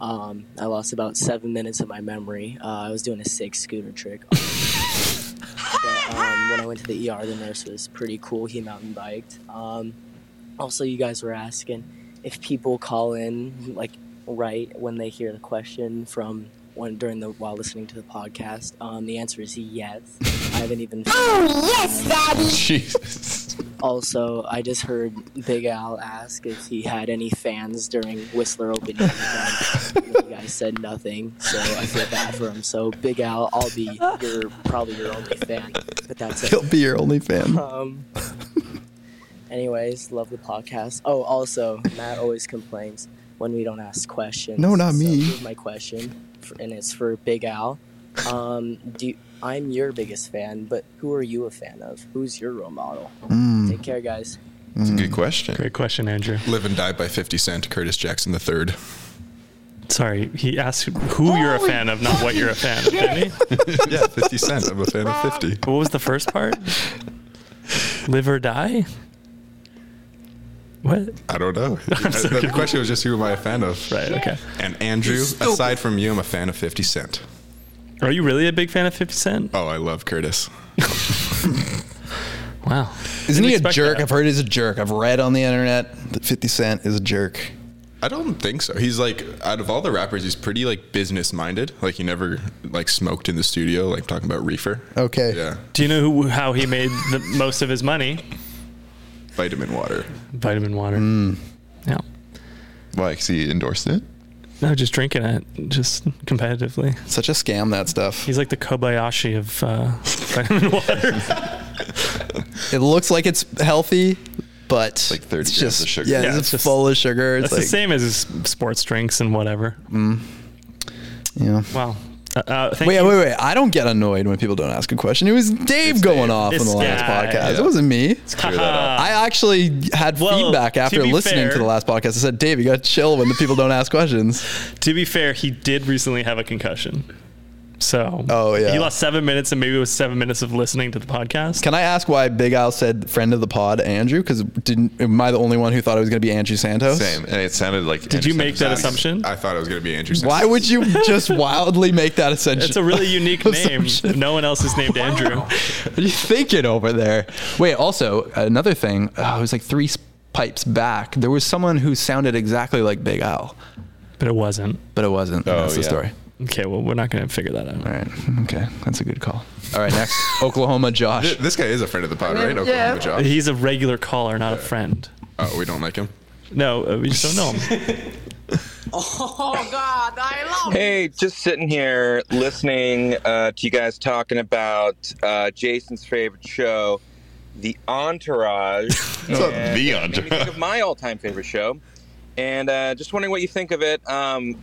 Speaker 13: Um, I lost about seven minutes of my memory. Uh, I was doing a six scooter trick. but, um, when I went to the ER, the nurse was pretty cool. He mountain biked. Um, also, you guys were asking if people call in like right when they hear the question from when during the while listening to the podcast. Um, the answer is yes. I haven't even. Oh yes, Daddy.
Speaker 2: Jesus.
Speaker 13: Also, I just heard Big Al ask if he had any fans during Whistler opening. weekend. you guys said nothing, so I feel bad for him. So Big Al, I'll be your probably your only fan, but that's
Speaker 4: you.
Speaker 13: it.
Speaker 4: He'll be your only fan.
Speaker 13: Um, anyways, love the podcast. Oh, also, Matt always complains when we don't ask questions.
Speaker 4: No, not
Speaker 13: So
Speaker 4: me.
Speaker 13: here's my question, for, and it's for Big Al. Um, do you- I'm your biggest fan, but who are you a fan of? Who's your role model?
Speaker 4: Hmm.
Speaker 8: Mm.
Speaker 13: Take care, guys.
Speaker 8: It's a good question.
Speaker 3: Great question, Andrew.
Speaker 8: Hmm. Live and die by 50 Cent, Curtis Jackson III.
Speaker 3: Sorry, he asked who you're a fan of, not what you're a fan of. Didn't he?
Speaker 8: yeah, 50 Cent. I'm a fan of 50.
Speaker 3: What was the first part? Live or die? What?
Speaker 8: I don't know.
Speaker 3: so
Speaker 8: the
Speaker 3: confused.
Speaker 8: question was just who am I a fan of?
Speaker 3: Right, okay.
Speaker 8: And Andrew,
Speaker 3: Stupid.
Speaker 8: aside from you, I'm a fan of 50 Cent.
Speaker 3: Are you really a big fan of 50 Cent?
Speaker 8: Oh, I love Curtis.
Speaker 3: Wow.
Speaker 4: Isn't he a
Speaker 3: expect
Speaker 4: jerk?
Speaker 3: that.
Speaker 4: I've heard he's a jerk. I've read on the internet that 50 Cent is a jerk.
Speaker 8: I don't think so. He's like out of all the rappers, he's pretty like business minded. Like he never like smoked in the studio, like talking about reefer.
Speaker 4: Okay.
Speaker 8: Yeah.
Speaker 3: Do you know who, how he made the most of his money?
Speaker 8: Vitamin water.
Speaker 3: Vitamin water.
Speaker 4: Mm.
Speaker 3: Yeah.
Speaker 2: Why? 'Cause he endorsed it.
Speaker 3: No, just drinking it, just competitively.
Speaker 4: Such a scam, that stuff.
Speaker 3: He's like the Kobayashi of uh, vitamin water.
Speaker 4: It looks like it's healthy, but it's
Speaker 2: like 30 grams
Speaker 4: just,
Speaker 2: of sugar.
Speaker 4: Yeah,
Speaker 3: Yeah,
Speaker 4: it's,
Speaker 3: it's just-
Speaker 4: full of sugar. It's
Speaker 3: That's
Speaker 4: like, Mm.
Speaker 3: the same as his sports drinks and whatever.
Speaker 4: Yeah.
Speaker 3: Wow. Uh, uh, thank
Speaker 4: Wait,
Speaker 3: you.
Speaker 4: wait, wait. I don't get annoyed when people don't ask a question. It was Dave going off
Speaker 3: This
Speaker 4: on the last
Speaker 3: guy.
Speaker 4: podcast.
Speaker 2: Yeah.
Speaker 4: It wasn't me.
Speaker 2: Clear that up.
Speaker 4: I actually had
Speaker 3: Well,
Speaker 4: feedback
Speaker 3: to
Speaker 4: after
Speaker 3: be
Speaker 4: listening
Speaker 3: fair-
Speaker 4: to the last podcast. I said, Dave, you got to chill when the people don't ask questions.
Speaker 3: To be fair, he did recently have a concussion. So
Speaker 4: Oh, yeah.
Speaker 3: he lost seven minutes, and maybe it was seven minutes of listening to the podcast.
Speaker 4: Can I ask why Big Al said friend of the pod, Andrew? Because didn't am I the only one who thought it was going to be Andrew Santos?
Speaker 2: Same, and it sounded like.
Speaker 3: Did you make that
Speaker 8: Nice.
Speaker 3: assumption?
Speaker 8: I thought it was gonna be Andrew.
Speaker 4: Why would you just wildly make that assumption?
Speaker 3: It's a really unique name.
Speaker 4: Assumption.
Speaker 3: No one else is named Andrew.
Speaker 4: Oh, What are you thinking over there? Wait, also, another uh, thing, oh, it was like three s- pipes back. There was someone who sounded exactly like Big Al.
Speaker 3: But it wasn't.
Speaker 4: But it wasn't.
Speaker 3: Oh,
Speaker 4: That's the
Speaker 3: yeah.
Speaker 4: story.
Speaker 3: Okay, well, we're not going to figure that out.
Speaker 4: All right. Okay. That's a good call. All right, next. Oklahoma Josh.
Speaker 8: This guy is a friend of the pod,
Speaker 3: I mean,
Speaker 8: right?
Speaker 3: yeah.
Speaker 8: Oklahoma Josh.
Speaker 3: He's a regular caller, not a friend.
Speaker 8: Oh, we don't like him.
Speaker 3: No, uh, we just don't know him.
Speaker 5: Oh God, I love.
Speaker 14: Hey, just sitting here listening uh, to you guys talking about uh, Jason's favorite show, The Entourage.
Speaker 2: It's not
Speaker 14: And
Speaker 2: The
Speaker 14: it made me think
Speaker 2: Entourage.
Speaker 14: of my all-time favorite show, and uh, just wondering what you think of it. Um,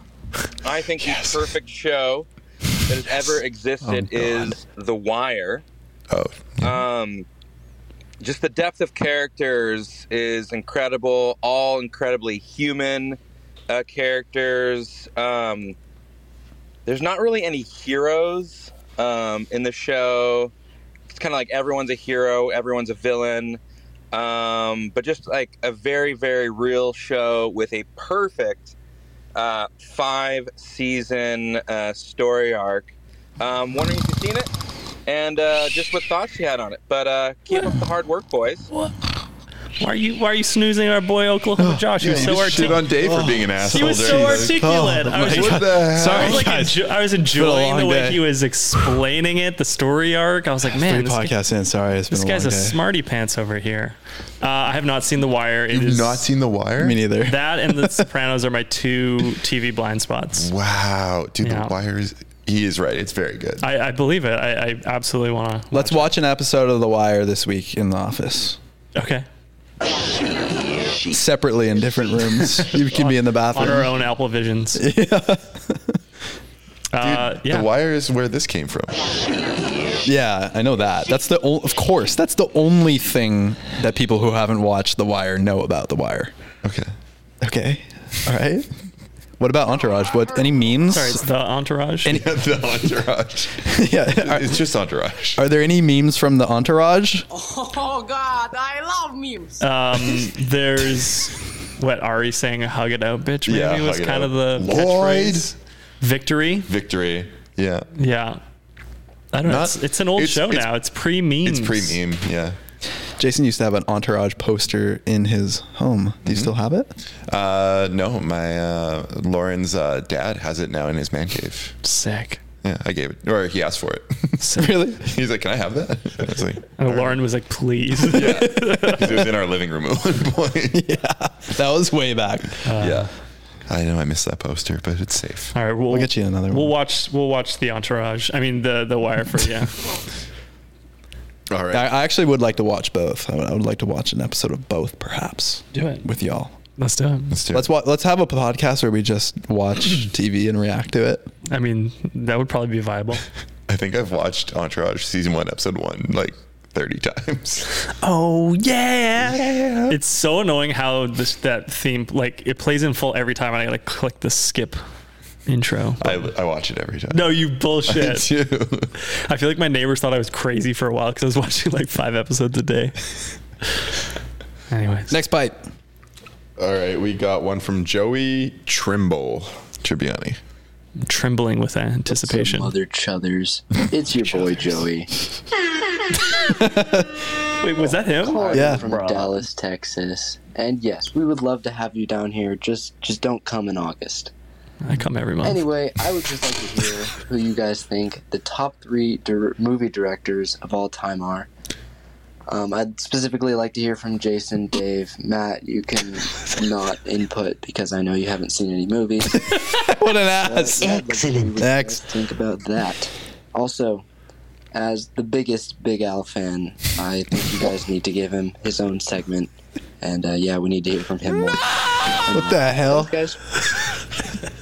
Speaker 14: I think the perfect show that has ever existed is The Wire. Oh. Um, just the depth of characters is incredible. All incredibly human uh, characters. Um, there's not really any heroes um, in the show. It's kind of like everyone's a hero, everyone's a villain, um, but just like a very, very real show with a perfect uh, five season uh, story arc. Um, wondering if you've seen it and uh, just what thoughts you had on it. But uh, keep up the hard work, boys.
Speaker 3: Why are you Why are you snoozing our boy Oklahoma Josh?
Speaker 14: Oh, yeah,
Speaker 3: he was
Speaker 14: you
Speaker 3: so
Speaker 14: just shit
Speaker 3: articulate.
Speaker 14: on Dave for being an
Speaker 3: He
Speaker 14: asshole
Speaker 3: was
Speaker 14: during
Speaker 3: so
Speaker 14: this.
Speaker 3: articulate.
Speaker 14: Oh,
Speaker 3: I was
Speaker 14: my
Speaker 3: just,
Speaker 14: God. What the
Speaker 3: Sorry, I
Speaker 14: hell?
Speaker 3: was, like,
Speaker 14: Guys,
Speaker 3: enjo- I was
Speaker 14: it's been a
Speaker 3: enjoying the
Speaker 14: long
Speaker 3: way
Speaker 14: day.
Speaker 3: he was explaining it, the story arc. I was like, man,
Speaker 4: Three
Speaker 3: this, guy-
Speaker 4: podcasts in. Sorry, it's been
Speaker 3: this
Speaker 4: a long
Speaker 3: guy's a
Speaker 4: day.
Speaker 3: smarty pants over here. Uh, I have not seen The Wire. It is
Speaker 2: You've not seen The Wire?
Speaker 4: Me neither.
Speaker 3: That and The Sopranos are my two TV blind spots.
Speaker 2: Wow, dude, The
Speaker 3: Yeah.
Speaker 2: Wire is. He is right. It's very good.
Speaker 3: I, I believe it. I, I absolutely want to.
Speaker 4: Let's watch an episode of The Wire this week in the office.
Speaker 3: Okay.
Speaker 4: Separately in different rooms. You can be in the bathroom.
Speaker 3: On our own Apple Visions. Uh, yeah.
Speaker 2: The Wire is where this came from.
Speaker 4: Yeah, I know that. That's the o- of course. That's the only thing that people who haven't watched The Wire know about The Wire.
Speaker 2: Okay.
Speaker 4: Okay. All right. What about Entourage? What any memes?
Speaker 3: Sorry, it's the Entourage.
Speaker 4: Any-
Speaker 2: the Entourage.
Speaker 4: yeah,
Speaker 2: it's just Entourage.
Speaker 4: Are there any memes from the Entourage?
Speaker 5: Oh God, I love memes.
Speaker 3: Um, there's what Ari saying, "Hug it out, bitch." Maybe
Speaker 2: Yeah,
Speaker 3: was
Speaker 2: hug it
Speaker 3: kind
Speaker 2: out.
Speaker 3: of the
Speaker 2: Lloyd.
Speaker 3: catchphrase. Victory.
Speaker 2: Victory. Yeah.
Speaker 3: Yeah. I don't know.
Speaker 2: Not-
Speaker 3: It's, it's an old
Speaker 2: it's-
Speaker 3: show
Speaker 2: it's-
Speaker 3: now. It's pre memes.
Speaker 2: It's pre meme. Yeah.
Speaker 4: Jason used to have an Entourage poster in his home. Do you
Speaker 2: Mm-hmm.
Speaker 4: still have it?
Speaker 2: Uh, no, my uh, Lauren's uh, dad has it now in his man cave.
Speaker 3: Sick.
Speaker 2: Yeah, I gave it, or he asked for it.
Speaker 4: really?
Speaker 2: He's like, "Can I have that?" I was like,
Speaker 3: And Oh, Lauren was like, "Please."
Speaker 2: "Yeah." 'Cause it was in our living room at one point.
Speaker 4: Yeah, that was way back.
Speaker 3: Uh.
Speaker 2: yeah, I know I missed that poster, but it's safe.
Speaker 3: All right, we'll,
Speaker 4: get you another
Speaker 3: We'll watch. We'll watch the Entourage. I mean, the the Wire for yeah.
Speaker 2: All right.
Speaker 4: I, I actually would like to watch both. I would, I would like to watch an episode of both, perhaps.
Speaker 3: Do it.
Speaker 4: with y'all.
Speaker 3: Let's do it.
Speaker 2: Let's do
Speaker 4: Let's wa- let's have a podcast where we just watch TV and react to it.
Speaker 3: I mean, that would probably be viable.
Speaker 2: I think I've watched Entourage season one, episode one, like thirty times.
Speaker 3: Oh yeah. It's so annoying how this that theme like it plays in full every time, and I gotta click the skip intro.
Speaker 2: I, I watch it every time.
Speaker 3: No, you bullshit.
Speaker 2: I do.
Speaker 3: I feel like my neighbors thought I was crazy for a while because I was watching like five episodes a day. Anyways,
Speaker 4: next bite.
Speaker 8: All right, we got one from Joey Trimble.
Speaker 2: Tribbiani.
Speaker 3: Trembling with anticipation.
Speaker 13: Mother chuthers. It's your boy Joey.
Speaker 3: Wait, was that him?
Speaker 13: Calling
Speaker 4: Yeah.
Speaker 13: from
Speaker 4: Bruh.
Speaker 13: Dallas, Texas. And yes, we would love to have you down here. Just just don't come in August.
Speaker 3: I come every month.
Speaker 13: Anyway, I would just like to hear who you guys think the top three dir- movie directors of all time are. Um, I'd specifically like to hear from Jason, Dave, Matt. You can not input because I know you haven't seen any movies.
Speaker 4: what an ass!
Speaker 13: Excellent. Think about that. Also, as the biggest Big Al fan, I think you guys need to give him his own segment. And uh, yeah, we need to hear from him more. uh,
Speaker 4: What the hell?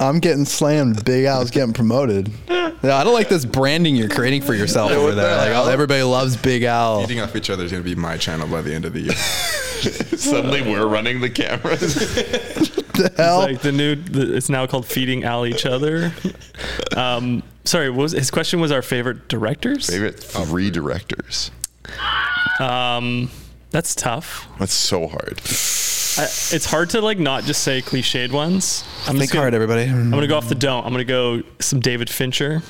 Speaker 4: I'm getting slammed. Big Al's getting promoted. Yeah, I don't like this branding you're creating for yourself
Speaker 8: Yeah,
Speaker 4: over
Speaker 8: what
Speaker 4: there.
Speaker 8: the
Speaker 4: Like
Speaker 8: hell?
Speaker 4: everybody loves Big Al.
Speaker 8: Eating off each other is going to be my channel by the end of the year.
Speaker 2: Suddenly we're running the cameras.
Speaker 3: It's like the new. The, it's now called feeding Al each other. Um, sorry, what was his question? Was our favorite directors?
Speaker 2: Favorite three directors.
Speaker 3: Um, that's tough.
Speaker 2: That's so hard.
Speaker 3: I, it's hard to like not just say cliched ones. I'm
Speaker 4: Think
Speaker 3: just gonna,
Speaker 4: hard, everybody. Mm.
Speaker 3: I'm gonna go off the don't. I'm gonna go some David Fincher.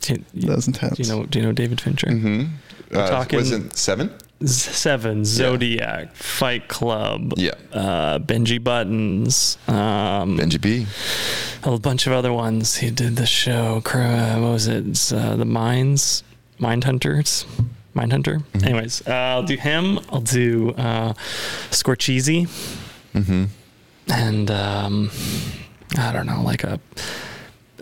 Speaker 3: 2010. Do you know? Do you know David Fincher? Mm-hmm. We're
Speaker 2: Uh,
Speaker 3: talking
Speaker 2: was it seven?
Speaker 3: Z- Seven, Zodiac, Fight Club, yeah, uh, Benji Buttons, um,
Speaker 2: Benji B,
Speaker 3: a bunch of other ones. He did the show. cr- uh, What was it? It's, uh, the Mines, Mind Hunters, Mind Hunter.
Speaker 2: Mm-hmm.
Speaker 3: Anyways, uh, I'll do him. I'll do uh, Scorchese,
Speaker 2: Mm-hmm.
Speaker 3: and um, I don't know, like a.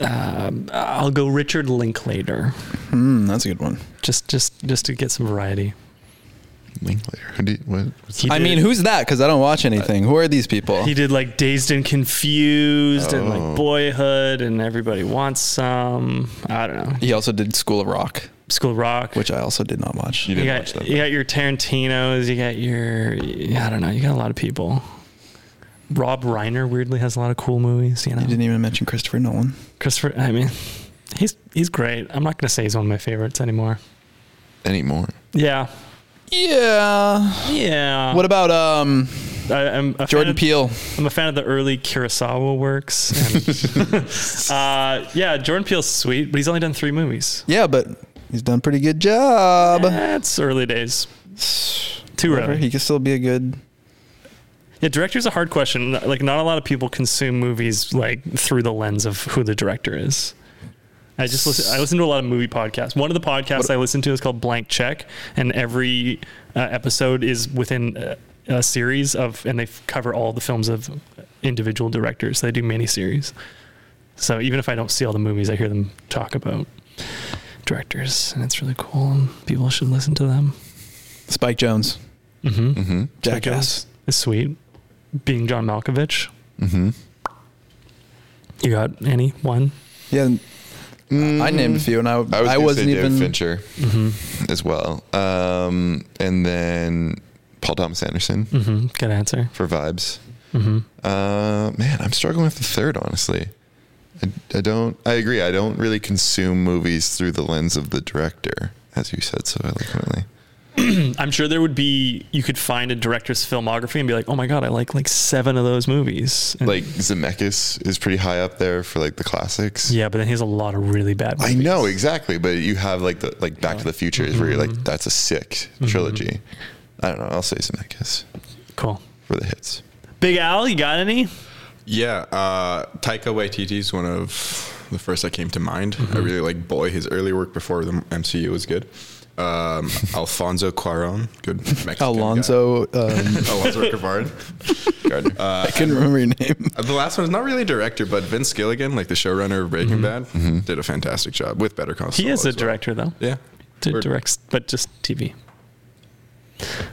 Speaker 3: Um, I'll go Richard Linklater.
Speaker 15: Hmm, that's a good one.
Speaker 3: Just, just, just to get some variety.
Speaker 2: Linklater. Who did, what, what's
Speaker 15: I mean, who's that? Because I don't watch anything. Who are these people?
Speaker 3: He did like Dazed and Confused and
Speaker 15: Oh.
Speaker 3: like Boyhood and Everybody Wants Some. I don't know.
Speaker 15: He also did School of Rock.
Speaker 3: School of Rock,
Speaker 15: which I also did not watch.
Speaker 3: You, got, you got your Tarantinos. You got your I don't know. You got a lot of people. Rob Reiner weirdly has a lot of cool movies. You know,
Speaker 15: You didn't even mention Christopher Nolan.
Speaker 3: Christopher. I mean, he's he's great. I'm not gonna say he's one of my favorites anymore.
Speaker 2: anymore?
Speaker 3: Yeah,
Speaker 15: Yeah.
Speaker 3: yeah.
Speaker 15: What about um?
Speaker 3: I, I'm a
Speaker 15: Jordan
Speaker 3: fan of-
Speaker 15: Peele.
Speaker 3: I'm a fan of the early Kurosawa works. And, uh, yeah, Jordan Peele's sweet, but he's only done three movies.
Speaker 15: Yeah, but he's done a pretty good job.
Speaker 3: That's early days. Too
Speaker 15: Whatever,
Speaker 3: early.
Speaker 15: He could still be a good.
Speaker 3: Yeah, director's a hard question. Like, not a lot of people consume movies like through the lens of who the director is. I just listen. I listen to a lot of movie podcasts. One of the podcasts I listen to is called Blank Check, and every uh, episode is within a, a series of, and they f- cover all the films of individual directors. They do mini series. So even if I don't see all the movies, I hear them talk about directors, and it's really cool. And people should listen to them.
Speaker 15: Spike Jones.
Speaker 3: Mm-hmm.
Speaker 2: Mm-hmm.
Speaker 15: Jackass.
Speaker 3: is sweet. Being John Malkovich.
Speaker 2: Mm-hmm.
Speaker 3: You got any one?
Speaker 15: Yeah. I named a few, and I, I, was
Speaker 2: Mm. Mm-hmm. I was
Speaker 15: I
Speaker 2: gonna
Speaker 15: wasn't
Speaker 2: say David
Speaker 15: even.
Speaker 2: Fincher
Speaker 3: Mm-hmm.
Speaker 2: as well. Um, and then Paul Thomas Anderson
Speaker 3: Mm-hmm. Good answer.
Speaker 2: for vibes.
Speaker 3: Mhm.
Speaker 2: Uh, man, I'm struggling with the third, honestly. I, I don't. I agree. I don't really consume movies through the lens of the director, as you said so eloquently.
Speaker 3: mm-hmm. I'm sure there would be you could find a director's filmography and be like, oh my god, I like like seven of those movies. And-
Speaker 2: Like Zemeckis is pretty high up there for like the classics.
Speaker 3: yeah, but then he has a lot of really bad.
Speaker 2: I know exactly, but you have like the like Back to the Future is where you're
Speaker 4: Mm-hmm.
Speaker 2: like that's a sick trilogy. I don't know. I'll say Zemeckis.
Speaker 3: Cool
Speaker 2: for the hits.
Speaker 3: Big Al, you got any?
Speaker 8: Yeah, uh, Taika Waititi is one of the first that came to mind. I
Speaker 3: Mm-hmm.
Speaker 8: really like Boy. His early work before the MCU was good. Um, Alfonso Cuarón, good Mexican guy.
Speaker 15: Alonzo. Um,
Speaker 8: Alonso Cuarón. Gardner. Uh,
Speaker 15: I couldn't remember your name.
Speaker 8: uh, The last one is not really a director, but Vince Gilligan, like the showrunner of Breaking Bad, did a fantastic job with Better Call Saul.
Speaker 3: Mm-hmm. He is a
Speaker 8: as well.
Speaker 3: director though.
Speaker 8: Yeah.
Speaker 3: Di- directs, but just TV.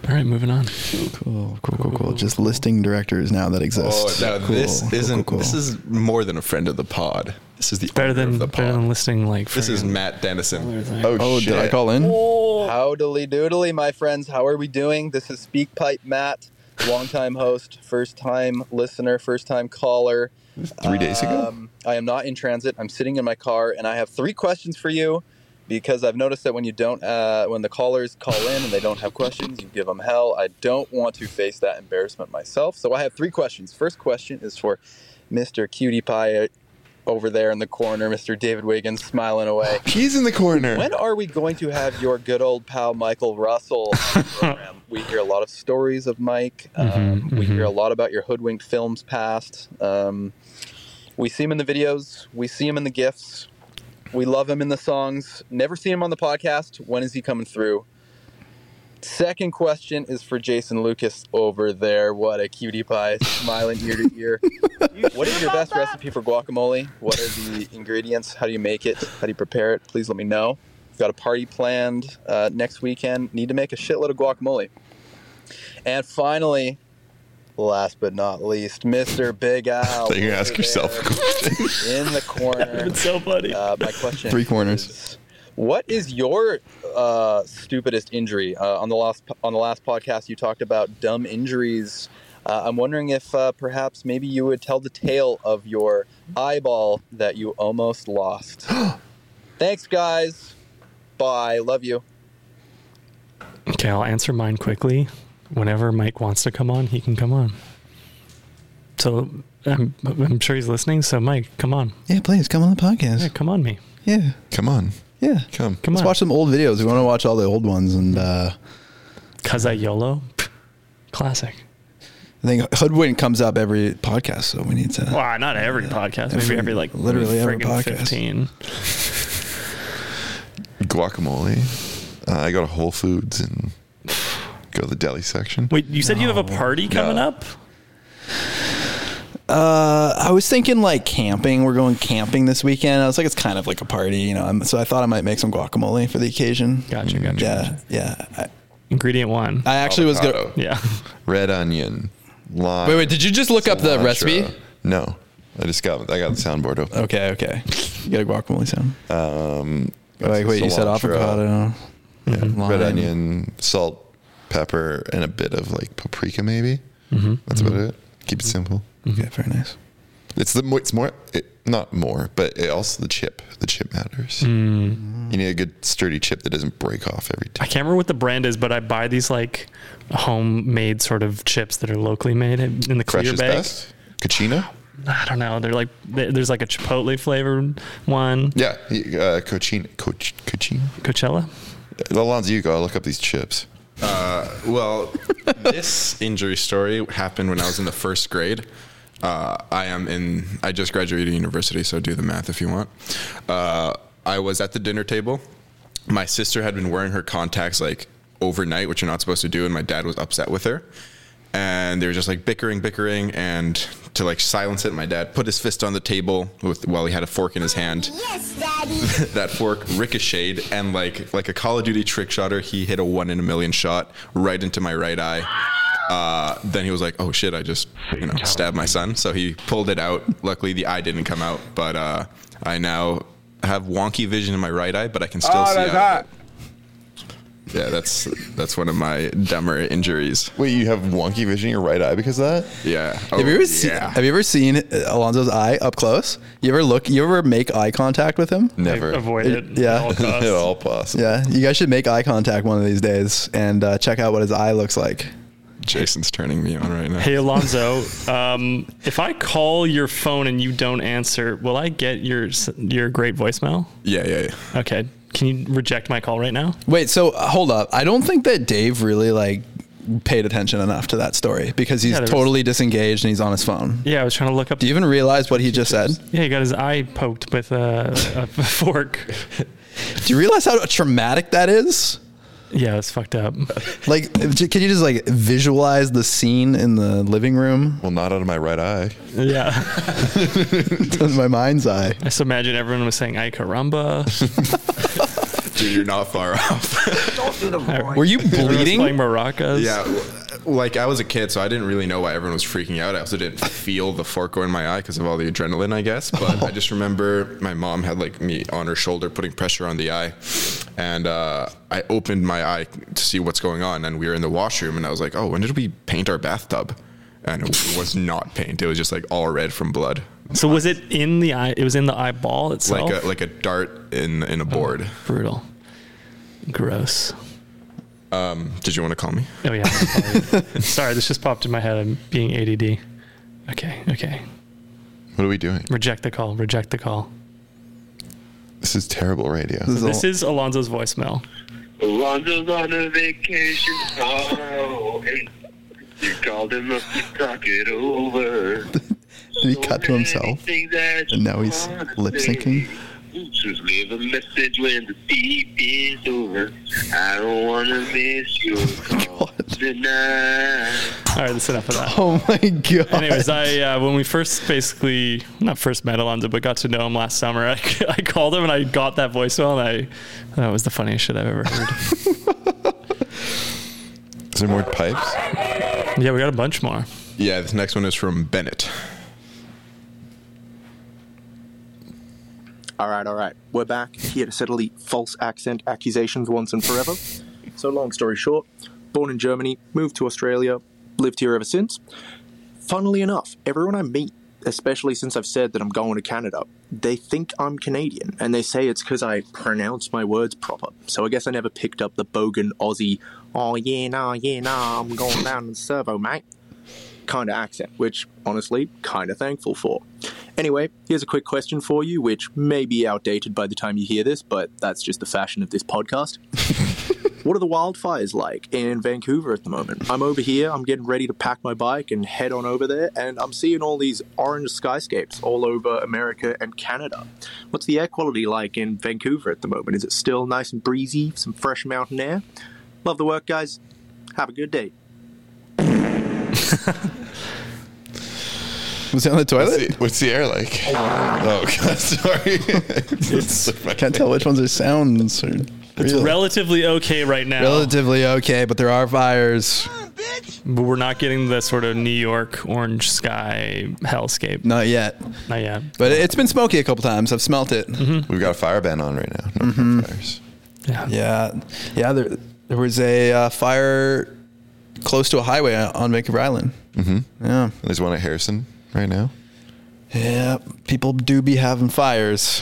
Speaker 3: All right, moving on.
Speaker 15: Cool, cool, cool, cool. Just listing directors now that
Speaker 8: Oh,
Speaker 15: exist.
Speaker 8: now
Speaker 15: Cool,
Speaker 8: this
Speaker 15: cool,
Speaker 8: isn't.
Speaker 15: cool, cool.
Speaker 8: This is more than a friend of the pod. This is the better than the pod.
Speaker 3: Better than listening like
Speaker 8: This is Matt Dennison.
Speaker 2: Oh,
Speaker 15: did I call in?
Speaker 4: Howdly doodly, my friends. How are we doing? This is Speakpipe Matt, longtime host, first time listener, first time caller.
Speaker 2: Three days ago?
Speaker 4: Um, I am not in transit. I'm sitting in my car, and I have three questions for you because I've noticed that when you don't, uh, when the callers call in and they don't have questions, you give them hell. I don't want to face that embarrassment myself. So I have three questions. First question is for Mr. Cutie Pie over there in the corner, Mr. David Wiggins smiling away.
Speaker 2: He's in the corner.
Speaker 4: When are we going to have your good old pal Michael Russell on the program? we hear a lot of stories of Mike. Um, We hear a lot about your hoodwinked films past. Um, we see him in the videos. We see him in the gifts. We love him in the songs. Never see him on the podcast. When is he coming through? Second question is for Jason Lucas over there. What a cutie pie, smiling ear to ear. what is your best recipe for guacamole? What are the ingredients? How do you make it? How do you prepare it? Please let me know. We've got a party planned uh, next weekend. Need to make a shitload of guacamole. And finally, last but not least, Mr. Big Al.
Speaker 2: That you ask yourself.
Speaker 4: in the corner.
Speaker 3: It's so funny.
Speaker 4: Uh, my question.
Speaker 15: Three corners.
Speaker 4: What is your uh, stupidest injury? Uh, on the last on the last podcast, you talked about dumb injuries. Uh, I'm wondering if uh, perhaps maybe you would tell the tale of your eyeball that you almost lost. Thanks, guys. Bye. Love you.
Speaker 3: Okay, I'll answer mine quickly. Whenever Mike wants to come on, he can come on. So I'm, I'm sure he's listening. So Mike, come on.
Speaker 15: Yeah, please come on the podcast.
Speaker 3: Yeah, come on me.
Speaker 15: Yeah.
Speaker 2: Come on.
Speaker 4: Yeah.
Speaker 2: Come.
Speaker 3: Come
Speaker 4: Let's
Speaker 3: on.
Speaker 4: watch some old videos. We want to watch all the old ones and uh
Speaker 3: Kazayolo. Classic.
Speaker 4: I think Hoodwin comes up every podcast, so we need to
Speaker 3: Wow, not every podcast. Maybe
Speaker 4: uh, Every-
Speaker 3: every like
Speaker 4: literally every
Speaker 3: friggin'
Speaker 4: podcast.
Speaker 3: 15.
Speaker 2: guacamole. Uh, I go to Whole Foods and go to the deli
Speaker 4: Mm-hmm.
Speaker 2: section.
Speaker 3: Wait, you said you have a party coming up?
Speaker 4: Uh, I was thinking like camping. We're going camping this weekend. I was like, it's kind of like a party, you know. i so I thought I might make some guacamole for the occasion. Mm,
Speaker 3: Gotcha, gotcha.
Speaker 4: Yeah, yeah. I,
Speaker 3: Ingredient one.
Speaker 4: I actually was gonna.
Speaker 3: Yeah.
Speaker 2: Oh. Red onion, lime.
Speaker 4: Wait, wait. Did you just look up the
Speaker 2: cilantro.
Speaker 4: recipe?
Speaker 2: No, I just got I got the soundboard open.
Speaker 4: Okay, okay. You got a guacamole sound.
Speaker 2: Um,
Speaker 4: Like wait, you said
Speaker 2: cilantro,
Speaker 4: avocado.
Speaker 2: red
Speaker 4: lime.
Speaker 2: onion, salt, pepper, and a bit of like paprika, maybe.
Speaker 3: Mm-hmm.
Speaker 4: Mhm.
Speaker 2: That's about it. Keep it simple.
Speaker 4: Okay, very nice.
Speaker 2: It's the mo- it's more it, not more, but it also the chip. The chip matters.
Speaker 3: Mm.
Speaker 2: You need a good sturdy chip that doesn't break off every
Speaker 3: I can't remember what the brand is, but I buy these like homemade sort of chips that are locally made in in the clear
Speaker 2: Fresh's
Speaker 3: bag.
Speaker 2: best. Cucina.
Speaker 3: I don't know. They're like th- there's like a chipotle flavored one.
Speaker 2: Yeah, y- uh, Cochina. Coch, Cochina.
Speaker 3: Coachella.
Speaker 2: Alonzo, you go. Look up these chips.
Speaker 8: Uh, well, this injury story happened when I was in the first grade. Uh, I am in. I just graduated university, so do the math if you want. Uh, I was at the dinner table. My sister had been wearing her contacts like overnight, which you're not supposed to do, and my dad was upset with her. And they were just like bickering, bickering, and to like silence it, my dad put his fist on the table with while he had a fork in his hand. that fork ricocheted and like like a Call of Duty trick shotter, he hit a one in a million shot right into my right eye. Uh, then he was like, "Oh shit! I just you know stabbed my son." So he pulled it out. Luckily, the eye didn't come out, but uh, I now have wonky vision in my right eye, but I can still
Speaker 6: Oh,
Speaker 8: see.
Speaker 6: that's
Speaker 8: out of it. Yeah, that's that's one of my dumber injuries.
Speaker 2: Wait, you have wonky vision in your right eye because of that?
Speaker 8: Yeah.
Speaker 4: have you ever seen?
Speaker 8: Oh, yeah.
Speaker 4: Have you ever seen uh, Alonzo's eye up close? You ever look? You ever make eye contact with him?
Speaker 2: Never.
Speaker 3: Avoid it.
Speaker 4: yeah.
Speaker 3: At all costs.
Speaker 2: At all possible.
Speaker 4: Yeah, you guys should make eye contact one of these days and uh, check out what his eye looks like.
Speaker 8: Jason's turning me on right now.
Speaker 3: Hey Alonzo, um, if I call your phone and you don't answer, will I get your s- your great voicemail?
Speaker 8: Yeah, yeah, yeah.
Speaker 3: Okay. Can you reject my call right now?
Speaker 4: Wait, so uh, hold up. I don't think that Dave really like paid attention enough to that story because he's
Speaker 3: Yeah, there was-
Speaker 4: totally disengaged and he's on his phone.
Speaker 3: Yeah, I was trying to look up.
Speaker 4: Do you even realize what he just said?
Speaker 3: Yeah, he got his eye poked with a, a fork.
Speaker 4: Do you realize how traumatic that is?
Speaker 3: Yeah, it's fucked up.
Speaker 4: Like, j- can you just like visualize the scene in the living room?
Speaker 2: Well, not out of my right eye.
Speaker 3: Yeah.
Speaker 4: in my mind's eye.
Speaker 3: I just imagine everyone was saying "Ay caramba."
Speaker 8: Dude, you're not far off.
Speaker 4: Were you
Speaker 3: Everyone was
Speaker 4: bleeding?
Speaker 3: Playing maracas.
Speaker 8: Yeah, w- uh, like I was a kid, so I didn't really know why everyone was freaking out. I also didn't feel the fork go in my eye because of all the adrenaline, I guess. But I just remember my mom had like me on her shoulder, putting pressure on the eye, and uh, I opened my eye to see what's going on. And we were in the washroom, and I was like, "Oh, when did we paint our bathtub?" And it was not paint; it was just like all red from blood,
Speaker 3: So was it in the eye? It was in the eyeball itself. Oh,
Speaker 8: like a like a dart in in a board.
Speaker 3: brutal, gross.
Speaker 8: Um, did you want to call me?
Speaker 3: Oh yeah. sorry. Sorry, this just popped in my head. I'm being ADD. Okay. Okay.
Speaker 2: What are we doing?
Speaker 3: Reject the call. Reject the call.
Speaker 2: This is terrible radio.
Speaker 3: So this is Alonzo's voicemail.
Speaker 16: Alonzo's on a vacation. Oh, hey. You called him up to talk it over.
Speaker 4: Did he cut to himself? And now he's lip syncing.
Speaker 16: Just leave a message when the beep is over. I don't want to miss your call tonight.
Speaker 3: All right, that's enough of that.
Speaker 4: Oh my god.
Speaker 3: Anyways, I uh, when we first basically not first met Alonzo, but got to know him last summer, I, I called him and I got that voicemail, and I that was the funniest shit I've ever heard.
Speaker 2: Is there more pipes?
Speaker 3: yeah, we got a bunch more.
Speaker 8: Yeah, this next one is from Bennett.
Speaker 17: All right, all right. We're back here to settle the false accent accusations once and forever. so, long story short, born in Germany, moved to Australia, lived here ever since. Funnily enough, everyone I meet, especially since I've said that I'm going to Canada, they think I'm Canadian and they say it's because I pronounce my words proper. So, I guess I never picked up the bogan Aussie, oh yeah, nah, yeah, nah, I'm going down in servo, mate kind of accent, which honestly, kind of thankful for. Anyway, here's a quick question for you, which may be outdated by the time you hear this, but that's just the fashion of this podcast. what are the wildfires like in Vancouver at the moment? I'm over here, I'm getting ready to pack my bike and head on over there, and I'm seeing all these orange skyscapes all over America and Canada. What's the air quality like in Vancouver at the moment? Is it still nice and breezy, some fresh mountain air? Love the work, guys. Have a good day.
Speaker 4: Was it on the toilet?
Speaker 2: What's the, what's the air like? Oh, God, sorry. It's so
Speaker 4: I
Speaker 2: funny.
Speaker 4: can't tell which ones are sounds. Or
Speaker 3: It's
Speaker 4: real.
Speaker 3: relatively okay right now.
Speaker 4: Relatively okay, but there are fires.
Speaker 3: But we're not getting the sort of New York orange sky hellscape.
Speaker 4: Not yet.
Speaker 3: Not yet.
Speaker 4: But it's been smoky a couple times. I've smelt it.
Speaker 2: We've got a fire ban on right now.
Speaker 4: Mhm.
Speaker 3: Yeah.
Speaker 4: Yeah. Yeah. There, there was a uh, fire close to a highway on Vancouver Island.
Speaker 2: Mm-hmm.
Speaker 4: Yeah.
Speaker 2: There's one at Harrison right now.
Speaker 4: Yeah. People do be having fires.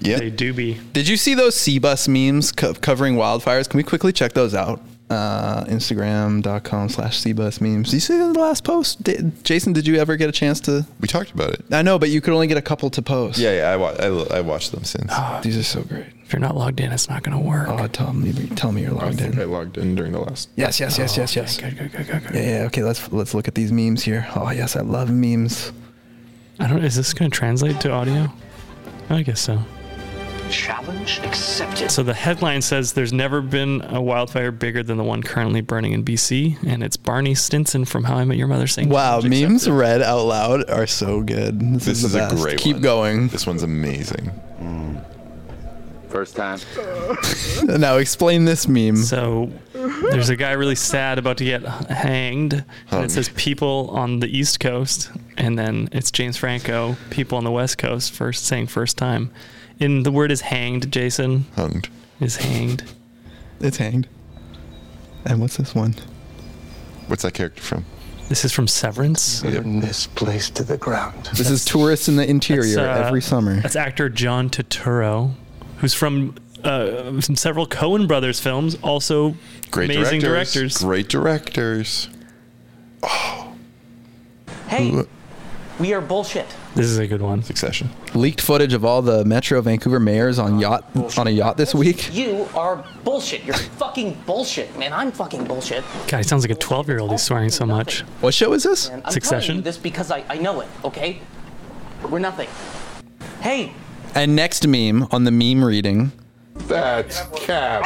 Speaker 2: Yeah.
Speaker 3: They do be.
Speaker 4: Did you see those sea bus memes co- covering wildfires? Can we quickly check those out? Uh, Instagram.com slash sea bus memes. Did you see the last post? Did, Jason, did you ever get a chance to?
Speaker 2: We talked about it.
Speaker 4: I know, but you could only get a couple to post. Ah,
Speaker 2: Yeah, yeah. I, wa- I, l- I watched them since.
Speaker 4: These are so great.
Speaker 3: If you're not logged in, it's not going to work.
Speaker 4: Oh, tell me, tell me you're logged in.
Speaker 8: I logged in during the last.
Speaker 4: Yes, yes, yes, yes, yes.
Speaker 3: Good, Oh. good, good, good, good.
Speaker 4: Yeah, yeah. Okay, let's let's look at these memes here. Oh yes, I love memes.
Speaker 3: I don't. Is this going to translate to audio? I guess so.
Speaker 16: Challenge accepted.
Speaker 3: So the headline says there's never been a wildfire bigger than the one currently burning in BC, and it's Barney Stinson from How I Met Your Mother saying.
Speaker 4: Wow, memes read out loud are so good. This,
Speaker 2: This
Speaker 4: is,
Speaker 2: is
Speaker 4: the
Speaker 2: a
Speaker 4: best.
Speaker 2: great
Speaker 4: Keep
Speaker 2: one.
Speaker 4: going.
Speaker 2: This one's amazing.
Speaker 6: First time.
Speaker 4: now explain this meme.
Speaker 3: So there's a guy really sad about to get hanged, and
Speaker 4: Hung.
Speaker 3: it says people on the East Coast, and then it's James Franco, people on the West Coast, first saying first time. And the word is hanged, Jason.
Speaker 2: Hunged.
Speaker 3: Is hanged.
Speaker 4: It's hanged. And what's this one?
Speaker 2: What's that character from?
Speaker 3: This is from Severance.
Speaker 2: Burn
Speaker 4: this place to the ground. This is tourists in the interior
Speaker 3: That's, uh,
Speaker 4: every summer.
Speaker 3: That's actor John Turturro, who's from uh, from several Cohen Brothers films, also
Speaker 2: Great
Speaker 3: amazing
Speaker 2: directors.
Speaker 3: directors.
Speaker 2: Great directors.
Speaker 18: Hey, we are bullshit.
Speaker 3: This is a good one.
Speaker 2: Succession.
Speaker 4: Leaked footage of all the Metro Vancouver mayors on yacht on a yacht this week.
Speaker 18: You are bullshit. You're fucking bullshit, man. I'm fucking bullshit.
Speaker 3: God, he sounds like a 12 year old. He's swearing so much.
Speaker 4: What show is this?
Speaker 18: And I'm telling you
Speaker 3: Succession.
Speaker 18: this because I, I know it, okay? We're nothing. Hey,
Speaker 4: And next meme on the meme reading.
Speaker 16: That's cap.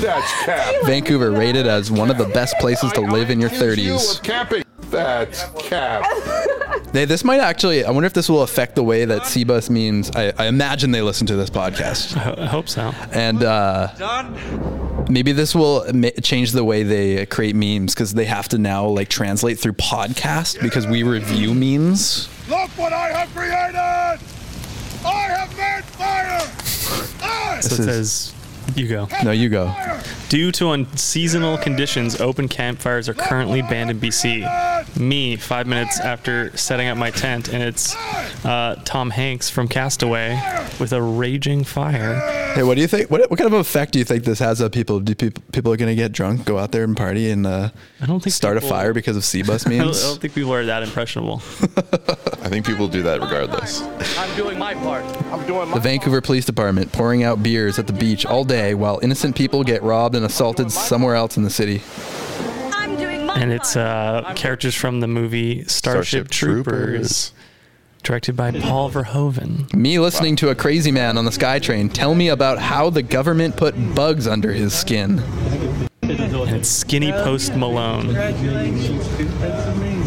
Speaker 16: That's cap.
Speaker 4: Vancouver rated as one of the best places to live in your
Speaker 16: You
Speaker 4: 30s.
Speaker 16: of capping. That's cap.
Speaker 4: They, this might actually, I wonder if this will affect the way that Seabus memes, I, I imagine they listen to this podcast.
Speaker 3: I hope so.
Speaker 4: And uh, maybe this will ma- change the way they create memes because they have to now like translate through podcast because we review memes.
Speaker 16: Look what I have created! I have made fire! I
Speaker 3: So it says, you go.
Speaker 4: No, you go.
Speaker 3: Due to unseasonal conditions, open campfires are currently banned in BC. Me, five minutes after setting up my tent, and it's uh, Tom Hanks from Castaway with a raging fire.
Speaker 4: Hey, what do you think? What, what kind of effect do you think this has on people? Do people, people are going to get drunk, go out there and party and uh, I don't think start
Speaker 3: people-
Speaker 4: a fire because of Seabus
Speaker 3: I don't,
Speaker 4: memes?
Speaker 3: I don't think people are that impressionable.
Speaker 2: I think people do that regardless.
Speaker 18: I'm doing my part. I'm doing
Speaker 4: The Vancouver Police Department pouring out beers at the beach all day while innocent people get robbed and assaulted somewhere else in the city.
Speaker 3: and it's uh, characters from the movie Starship,
Speaker 4: Starship
Speaker 3: Troopers,
Speaker 4: Troopers.
Speaker 3: directed by Paul Verhoeven.
Speaker 4: Me listening to a crazy man on the SkyTrain tell me about how the government put bugs under his skin.
Speaker 3: And it's Skinny Post Malone.
Speaker 16: Congratulations, dude. That's amazing.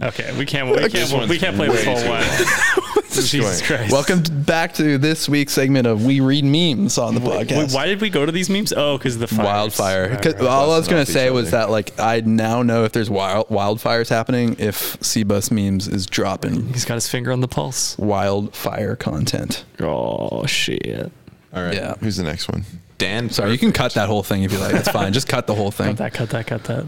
Speaker 3: Okay, we can't we
Speaker 16: This
Speaker 3: can't, we
Speaker 16: one's
Speaker 3: can't play this
Speaker 16: way
Speaker 3: whole
Speaker 16: too
Speaker 3: one. Jesus Christ.
Speaker 4: Welcome t- back to this week's segment of We Read Memes on the
Speaker 3: Wait,
Speaker 4: podcast.
Speaker 3: why did we go to these memes? Oh, because of the fires.
Speaker 4: Wildfire.
Speaker 3: Right,
Speaker 4: 'Cause
Speaker 3: right.
Speaker 4: All I was gonna say was that, like, I now know if there's wild wildfires happening if Seabus memes is dropping.
Speaker 3: He's got his finger on the pulse.
Speaker 4: Wildfire content.
Speaker 3: Oh shit!
Speaker 2: All right. Yeah. Who's the next one?
Speaker 8: Dan.
Speaker 4: Sorry, you can cut that whole thing if you like. That's fine. Just cut the whole thing.
Speaker 3: Cut that, cut that, cut that.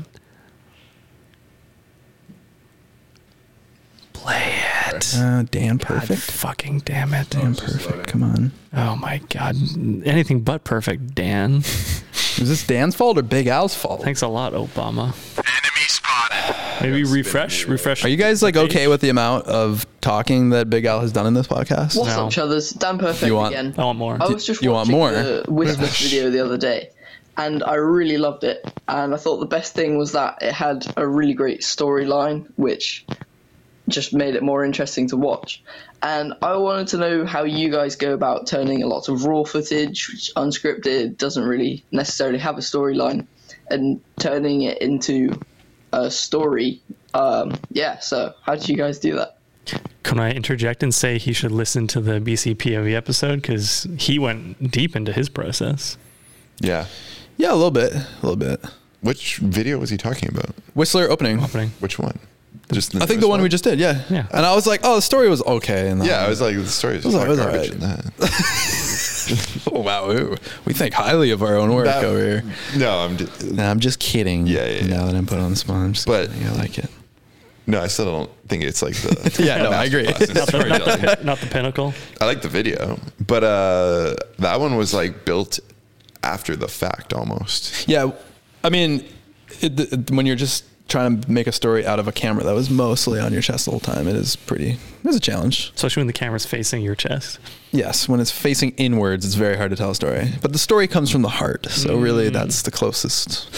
Speaker 3: Play it.
Speaker 4: Uh, Dan Perfect.
Speaker 3: fucking damn it.
Speaker 4: Dan Perfect. Come on.
Speaker 3: Oh my god. Anything but perfect, Dan.
Speaker 4: Is this Dan's fault or Big Al's fault?
Speaker 3: Thanks a lot, Obama.
Speaker 16: Enemy spotted.
Speaker 3: Maybe refresh, refresh.
Speaker 4: Are you guys like
Speaker 3: the page.
Speaker 4: okay with the amount of talking that Big Al has done in this podcast?
Speaker 19: What's up, Chuthers? Dan Perfect
Speaker 4: You want-
Speaker 19: again.
Speaker 4: I want more.
Speaker 19: I was just
Speaker 4: You want
Speaker 19: watching
Speaker 4: more?
Speaker 19: the Whispers video the other day, and I really loved it. And I thought the best thing was that it had a really great storyline, which just made it more interesting to watch. And I wanted to know how you guys go about turning a lot of raw footage, which unscripted doesn't really necessarily have a storyline, and turning it into a story. Um, yeah, so how do you guys do that?
Speaker 3: Can I interject and say he should listen to the BC POV episode because he went deep into his process.
Speaker 2: Yeah.
Speaker 4: Yeah, a little bit. A little bit.
Speaker 2: Which video was he talking about?
Speaker 4: Whistler opening.
Speaker 3: Opening.
Speaker 2: Which one? Just
Speaker 4: I think the one we just did, yeah.
Speaker 2: Yeah.
Speaker 4: And I was like, oh, the story was okay. And
Speaker 2: Yeah, I was like, the story
Speaker 4: It
Speaker 2: is
Speaker 4: was all- it
Speaker 2: like
Speaker 4: was all
Speaker 2: garbage.
Speaker 4: right.
Speaker 2: in that.
Speaker 4: oh, wow. ooh. We think highly of our own work
Speaker 2: That-
Speaker 4: over here.
Speaker 2: No, I'm just,
Speaker 4: No, I'm just kidding. Yeah, yeah. Now that I'm put on the spot, I'm just but, kidding. I like it.
Speaker 2: No, I still don't think it's like the.
Speaker 4: Yeah, no, I agree.
Speaker 2: Not the- not the-
Speaker 3: Not the pinnacle.
Speaker 2: I like the video, but uh, that one was like built after the fact almost.
Speaker 4: Yeah, I mean, it, it, when you're just trying to make a story out of a camera that was mostly on your chest the whole time, it is pretty. It was a challenge.
Speaker 3: Especially when the camera's facing your chest.
Speaker 4: Yes, when it's facing inwards, it's very hard to tell a story. But the story comes from the heart, so really that's the closest.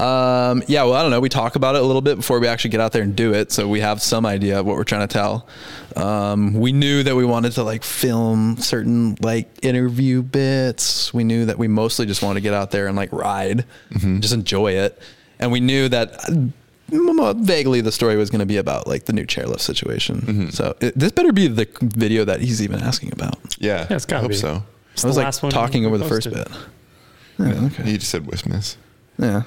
Speaker 4: Um, yeah, well, I don't know. We talk about it a little bit before we actually get out there and do it, so we have some idea of what we're trying to tell. Um, we knew that we wanted to like film certain like interview bits. We knew that we mostly just wanted to get out there and like ride, just enjoy it, and we knew that. uh, m- Vaguely, the story was going to be about like the new chairlift situation.
Speaker 2: Mm-hmm.
Speaker 4: So it, this better be the video that he's even asking about.
Speaker 2: Yeah,
Speaker 4: Yeah, it's gotta
Speaker 2: I hope
Speaker 4: be.
Speaker 2: so.
Speaker 4: It's I was, the like, last one talking we over the first posted. bit. Yeah,
Speaker 2: You just said Westmiss.
Speaker 4: Yeah.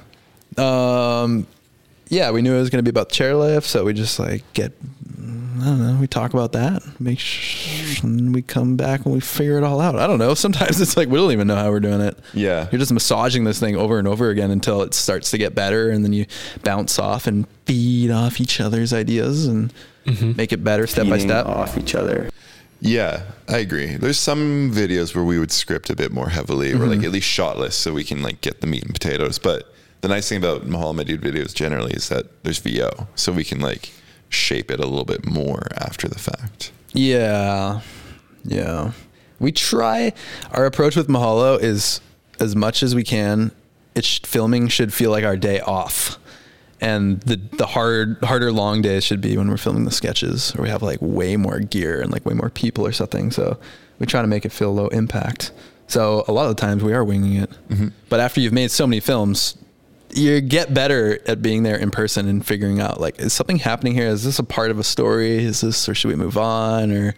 Speaker 4: Um, yeah, we knew it was going to be about chairlift, so we just like get, I don't know, we talk about that, make sure and we come back and we figure it all out. I don't know. Sometimes it's like, we don't even know how we're doing it.
Speaker 2: Yeah.
Speaker 4: You're just massaging this thing over and over again until it starts to get better. And then you bounce off and feed off each other's ideas and
Speaker 2: Mm-hmm.
Speaker 4: make it better step by step. off each other.
Speaker 2: Yeah, I agree. There's some videos where we would script a bit more heavily, or like
Speaker 4: Mhm.
Speaker 2: at least shot list, so we can like get the meat and potatoes. But the nice thing about Mahal Madid videos generally is that there's VO, so we can like shape it a little bit more after the fact.
Speaker 4: Yeah. Yeah. We try our approach with Mahalo is as much as we can. It's sh- filming should feel like our day off. And the the hard harder long days should be when we're filming the sketches or we have like way more gear and like way more people or something. So we try to make it feel low impact. So a lot of the times we are winging it. But after you've made so many films, you get better at being there in person and figuring out like is something happening here is this a part of a story is this or should we move on or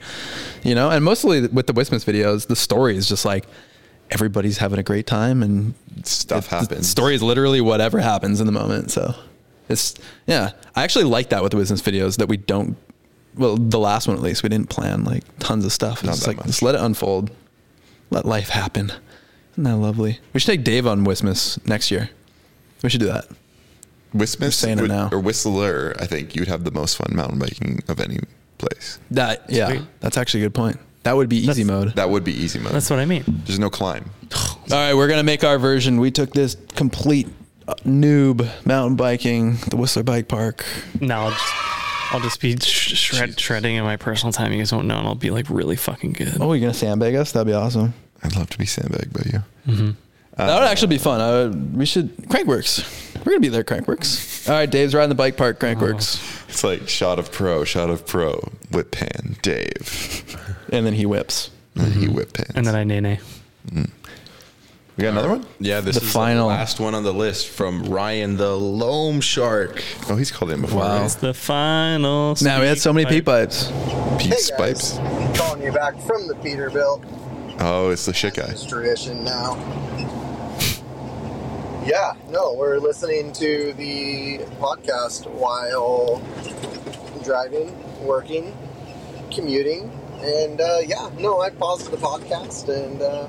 Speaker 4: you know and mostly with the Wismas videos the story is just like everybody's having a great time and
Speaker 2: stuff
Speaker 4: happens story is literally whatever happens in the moment so it's yeah I actually like that with the Wismas videos that we don't well the last one at least we didn't plan like tons of stuff it's
Speaker 2: Not
Speaker 4: just
Speaker 2: that
Speaker 4: like just let it unfold let life happen isn't that lovely we should take Dave on Wismas next year we should do that
Speaker 2: Whismith
Speaker 4: saying it
Speaker 2: would-
Speaker 4: now.
Speaker 2: or Whistler, I think you'd have the most fun mountain biking of any place.
Speaker 4: That yeah,
Speaker 2: Sweet.
Speaker 4: that's actually a good point. That would be easy mode.
Speaker 2: That would be easy mode.
Speaker 4: That's what I mean.
Speaker 2: There's no climb.
Speaker 4: All right, we're gonna make our version. We took this complete uh, noob mountain biking, the Whistler Bike Park.
Speaker 3: No, I'll just, I'll just be sh- shred, shredding in my personal time. You guys won't know, and I'll be like really fucking good.
Speaker 4: Oh, you're gonna sandbag us? That'd be awesome.
Speaker 2: I'd love to be sandbagged by you.
Speaker 4: Mm-hmm. that would actually be fun. I would, we should Crankworks. We're gonna be there, at Crankworks. All right, Dave's riding the bike park, Crankworks,
Speaker 2: Uh-huh. It's like shot of pro, shot of pro, whip pan, Dave.
Speaker 4: and then he whips.
Speaker 2: And then he whip pan.
Speaker 3: Mm-hmm. And then I nay nay.
Speaker 4: Mm.
Speaker 2: We got another one?
Speaker 8: Yeah, this
Speaker 4: The
Speaker 8: is
Speaker 4: final.
Speaker 8: the last one on the list from Ryan the Loam Shark.
Speaker 2: Oh, he's called in before.
Speaker 4: Wow.
Speaker 3: It's the final.
Speaker 4: Now we had so many pee pipes.
Speaker 2: Peeps pipes.
Speaker 20: Calling you back from the Peterbilt.
Speaker 2: Oh, it's the shit guy.
Speaker 20: It's tradition now. Yeah, no, we're listening to the podcast while driving, working, commuting, and uh, yeah, no, I paused the podcast, and uh,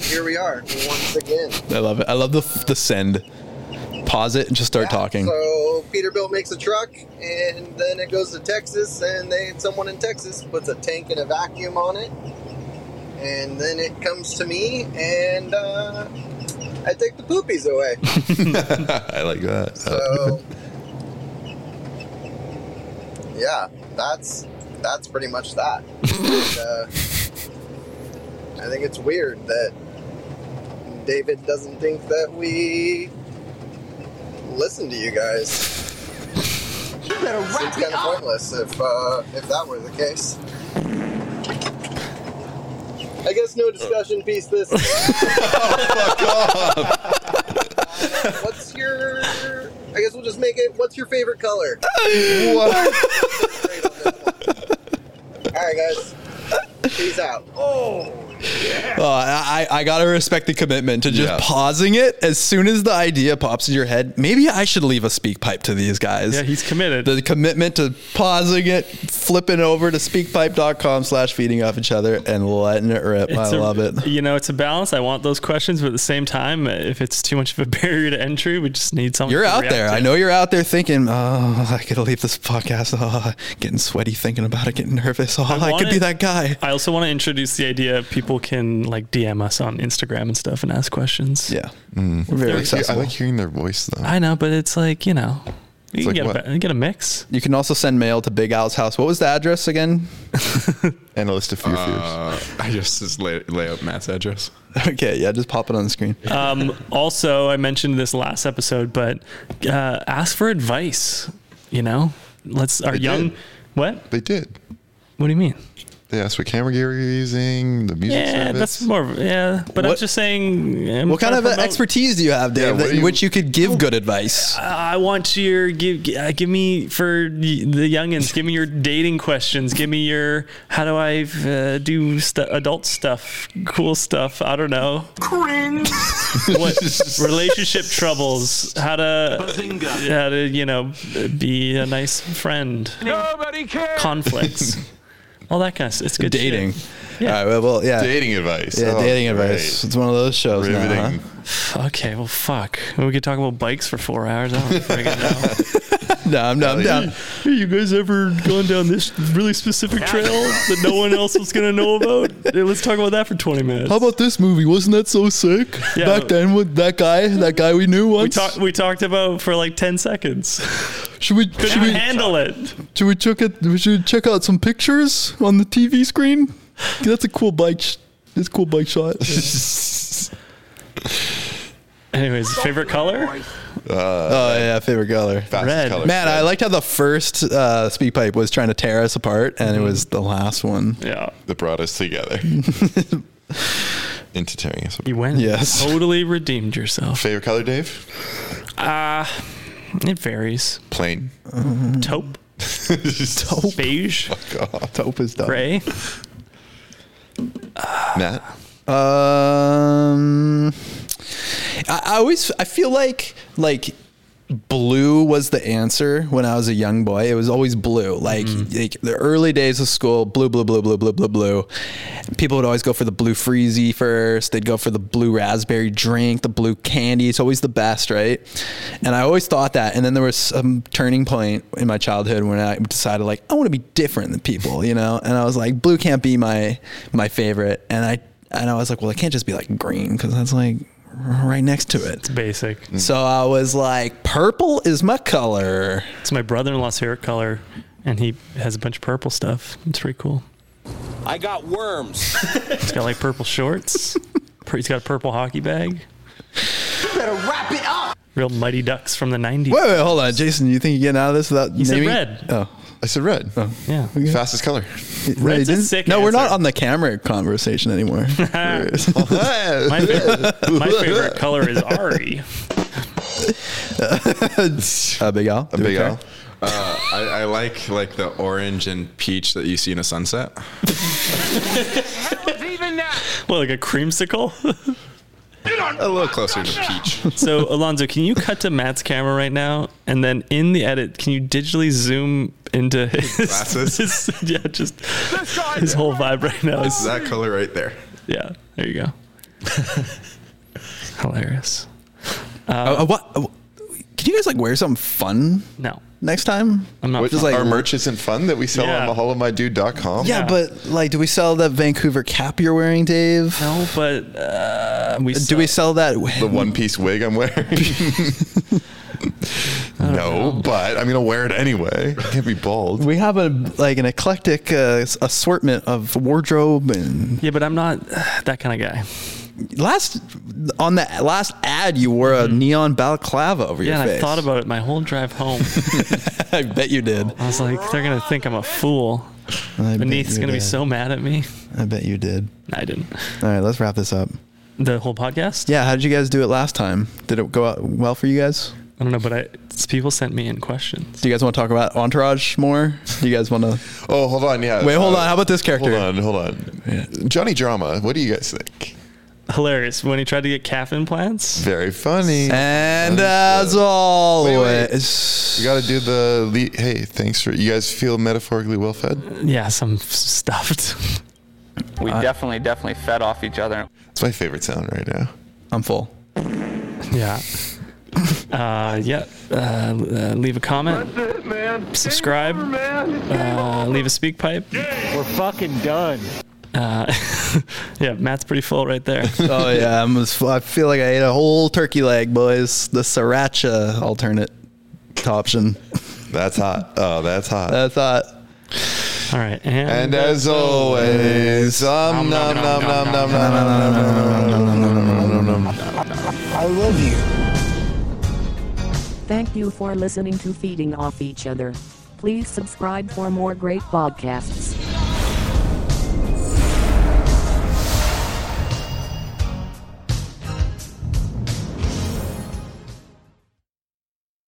Speaker 20: here we are once again.
Speaker 4: I love it. I love the the send. Pause it and just start talking.
Speaker 20: So Peterbilt makes a truck, and then it goes to Texas, and they someone in Texas puts a tank and a vacuum on it, and then it comes to me, and uh, I take the poopies away.
Speaker 2: Uh, I like that.
Speaker 20: So yeah, that's that's pretty much that. And, uh, I think it's weird that David doesn't think that we listen to you guys. You better Seems kind of pointless if uh, if that were the case. I guess no discussion piece this. What's your? I guess we'll just make it. What's your favorite color? All right, guys. Peace out. Oh.
Speaker 4: Oh, I, I I gotta respect the commitment to just
Speaker 2: Yeah.
Speaker 4: pausing it as soon as the idea pops in your head. Maybe I should leave a speak pipe to these guys.
Speaker 3: Yeah, he's committed.
Speaker 4: The commitment to pausing it, flipping over to speakpipe.com slash feeding off each other and letting it rip. I
Speaker 3: It's a-
Speaker 4: love it.
Speaker 3: You know, it's a balance. I want those questions, but at the same time, if it's too much of a barrier to entry, we just need something.
Speaker 4: You're
Speaker 3: to
Speaker 4: out
Speaker 3: react
Speaker 4: there.
Speaker 3: to.
Speaker 4: I know you're out there thinking, oh, I gotta leave this podcast. Oh, getting sweaty thinking about it, getting nervous. Oh, I, could
Speaker 3: wanna-
Speaker 4: be that guy.
Speaker 3: I also want to introduce the idea of people can like DM us on Instagram and stuff and ask questions.
Speaker 4: Yeah.
Speaker 3: We're
Speaker 2: Mm.
Speaker 3: very
Speaker 2: I like, hear- I
Speaker 3: accessible.
Speaker 2: like hearing their voice though.
Speaker 3: I know, but it's like, you know, you
Speaker 4: It's
Speaker 3: can
Speaker 4: like
Speaker 3: get,
Speaker 4: what?
Speaker 3: a, ba- get a mix.
Speaker 4: You can also send mail to Big Al's house. What was the address again?
Speaker 2: and a list of
Speaker 4: fear
Speaker 8: uh, I just just lay, lay out Matt's address.
Speaker 4: Okay, yeah, just pop it on the screen.
Speaker 3: Um, also, I mentioned this last episode, but uh, ask for advice. You know, let's, our
Speaker 2: They
Speaker 3: young,
Speaker 2: did.
Speaker 3: what?
Speaker 2: They did.
Speaker 3: What do you mean?
Speaker 2: They asked what camera gear you're using, the music
Speaker 3: yeah,
Speaker 2: service.
Speaker 3: that's more, of- yeah, but I'm
Speaker 2: What-
Speaker 3: just saying. I'm
Speaker 4: what
Speaker 3: trying
Speaker 4: kind of
Speaker 3: to
Speaker 4: uh,
Speaker 3: promote-
Speaker 4: expertise do you have,
Speaker 3: Yeah,
Speaker 4: Dave,
Speaker 3: what
Speaker 4: that-
Speaker 3: do
Speaker 4: in
Speaker 3: you-
Speaker 4: which you could give good advice?
Speaker 3: I want your give uh, give me for y- the youngins. Give me your dating questions. Give me your how do I uh, do stu adult stuff, cool stuff. I don't know
Speaker 16: Cringe.
Speaker 3: what relationship troubles. How to how to you know be a nice friend.
Speaker 16: Nobody cares.
Speaker 3: Conflicts, all that kind of stuff. It's good shit.
Speaker 4: dating. All right, well, well, yeah.
Speaker 2: Dating advice.
Speaker 4: Yeah,
Speaker 2: Oh,
Speaker 4: dating advice.
Speaker 2: great.
Speaker 4: It's one of those shows. now,
Speaker 2: Riveting.
Speaker 4: huh?
Speaker 3: Okay, well, fuck. We could talk about bikes for four hours. I don't freaking
Speaker 4: know. no, I'm
Speaker 3: not.
Speaker 4: down.
Speaker 3: Hey, you guys ever gone down this really specific trail that no one else was gonna know about? Hey, let's talk about that for 20 minutes.
Speaker 4: How about this movie? Wasn't that so sick?
Speaker 3: Yeah.
Speaker 4: Back then, with that guy, that guy we knew
Speaker 3: we
Speaker 4: once.
Speaker 3: talked. We talked about for like 10 seconds.
Speaker 4: Should we?
Speaker 3: Couldn't
Speaker 4: should we-
Speaker 3: handle it?
Speaker 4: Should we check it? We should check out some pictures on the TV screen. That's a cool bike. Sh- that's a cool bike shot.
Speaker 3: Anyways, favorite color?
Speaker 4: oh yeah, favorite color.
Speaker 3: Red. color.
Speaker 4: Man, I liked how the first uh, speak pipe was trying to tear us apart, and
Speaker 3: Mm-hmm.
Speaker 4: it was the last one.
Speaker 3: Yeah.
Speaker 2: That brought us together. Into tearing us apart.
Speaker 3: You went.
Speaker 4: Yes.
Speaker 3: Totally redeemed yourself.
Speaker 2: Favorite color, Dave?
Speaker 3: Ah, it varies.
Speaker 2: Plain.
Speaker 4: Mm-hmm.
Speaker 3: Taupe. Taupe. Beige.
Speaker 4: Taupe is done.
Speaker 3: Gray.
Speaker 2: Matt?
Speaker 4: Um, I, I always I feel like like blue was the answer when I was a young boy. It was always blue. Like, like the early days of school, blue, blue, blue, blue, blue, blue, blue. People would always go for the blue freezy first. They'd go for the blue raspberry drink, the blue candy. It's always the best, right? And I always thought that. And then there was some turning point in my childhood when I decided like I want to be different than people, you know. And I was like, blue can't be my my favorite. And I and I was like, well, I can't just be like green because that's like right next to it. It's
Speaker 3: basic.
Speaker 4: Mm. So I was like, purple is my color.
Speaker 3: It's my brother-in-law's favorite color, and he has a bunch of purple stuff. It's pretty cool.
Speaker 16: I got worms.
Speaker 3: He's got like purple shorts. Pur- He's got a purple hockey bag.
Speaker 16: you better wrap it up.
Speaker 3: Real Mighty Ducks from the '90s.
Speaker 4: Wait, wait, hold on, Jason. You think you're getting out of this without
Speaker 3: He said
Speaker 4: naming?
Speaker 3: red.
Speaker 4: Oh,
Speaker 2: I said red.
Speaker 4: Oh,
Speaker 3: yeah.
Speaker 2: Fastest color.
Speaker 4: No, you
Speaker 3: Red's a
Speaker 4: didn't-
Speaker 3: sick
Speaker 4: no we're not
Speaker 3: answer.
Speaker 4: on the camera conversation anymore.
Speaker 3: my, favorite, my favorite color is Ari.
Speaker 4: uh, big Al. do we
Speaker 8: big
Speaker 4: care?
Speaker 8: L. Uh, I, I like like the orange and peach that you see in a sunset.
Speaker 3: What, like a creamsicle?
Speaker 8: a little closer to peach.
Speaker 3: so, Alonzo, can you cut to Matt's camera right now, and then in the edit, can you digitally zoom into his
Speaker 8: Glasses?
Speaker 3: his- yeah, just his whole vibe right now is
Speaker 8: that color right there.
Speaker 3: Yeah, there you go. Hilarious.
Speaker 4: Uh, uh, what? uh, can you guys like wear something fun?
Speaker 3: No.
Speaker 4: Next time.
Speaker 3: I'm
Speaker 4: not
Speaker 2: Just
Speaker 4: fun.
Speaker 2: like our
Speaker 4: Like-
Speaker 2: merch isn't fun that we sell
Speaker 4: Yeah.
Speaker 2: on maholomydude.com.
Speaker 4: Yeah, but like, do we sell that Vancouver cap you're wearing, Dave?
Speaker 3: No, but uh, we
Speaker 4: do we sell that
Speaker 2: the one piece wig I'm wearing. no, but I'm gonna wear it anyway. I can't be bald.
Speaker 4: We have a like an eclectic uh, assortment of wardrobe and
Speaker 3: yeah, but I'm not that kind of guy. Mm-hmm.
Speaker 4: Last on the last ad, you wore a neon balaclava over
Speaker 3: yeah,
Speaker 4: your
Speaker 3: and
Speaker 4: face.
Speaker 3: I thought about it my whole drive home.
Speaker 4: I bet you did.
Speaker 3: I was like, they're gonna think I'm a fool.
Speaker 4: I bet
Speaker 3: Beneath's
Speaker 4: you
Speaker 3: gonna be
Speaker 4: did.
Speaker 3: so mad at me.
Speaker 4: I bet you did.
Speaker 3: I didn't.
Speaker 4: All right, let's wrap this up.
Speaker 3: The whole podcast.
Speaker 4: Yeah, how did you guys do it last time? Did it go out well for you guys?
Speaker 3: I don't know, but I, people sent me in questions.
Speaker 4: Do you guys want to talk about Entourage more? Do you guys want to?
Speaker 2: Oh, hold on. Yeah.
Speaker 4: Wait, hold
Speaker 2: Uh,
Speaker 4: on. How about this character?
Speaker 2: Hold on, hold on. Johnny Drama. What do you guys think?
Speaker 3: Hilarious when he tried to get calf implants.
Speaker 2: Very funny.
Speaker 4: And
Speaker 2: as
Speaker 4: always,
Speaker 2: you got to do the. Le- hey, thanks for. You guys feel metaphorically well fed.
Speaker 3: Yeah, some stuffed.
Speaker 6: We
Speaker 4: Uh,
Speaker 6: definitely, definitely fed off each other.
Speaker 2: It's my favorite sound right now.
Speaker 4: I'm full.
Speaker 3: Yeah. Uh, yeah. Uh, uh, leave a comment. Subscribe. Uh, leave a speak pipe. We're fucking done. Uh, yeah, Matt's pretty full right there.
Speaker 4: oh yeah, I'm. As, I feel like I ate a whole turkey leg, boys. The sriracha alternate option.
Speaker 2: That's hot. Oh, that's hot.
Speaker 4: That's hot.
Speaker 3: All right,
Speaker 2: And as always, um, nom nom nom nom nom nom nom nom nom nom nom nom.
Speaker 1: I love you. Thank you for listening to Feeding Off Each Other. Please subscribe for more great podcasts.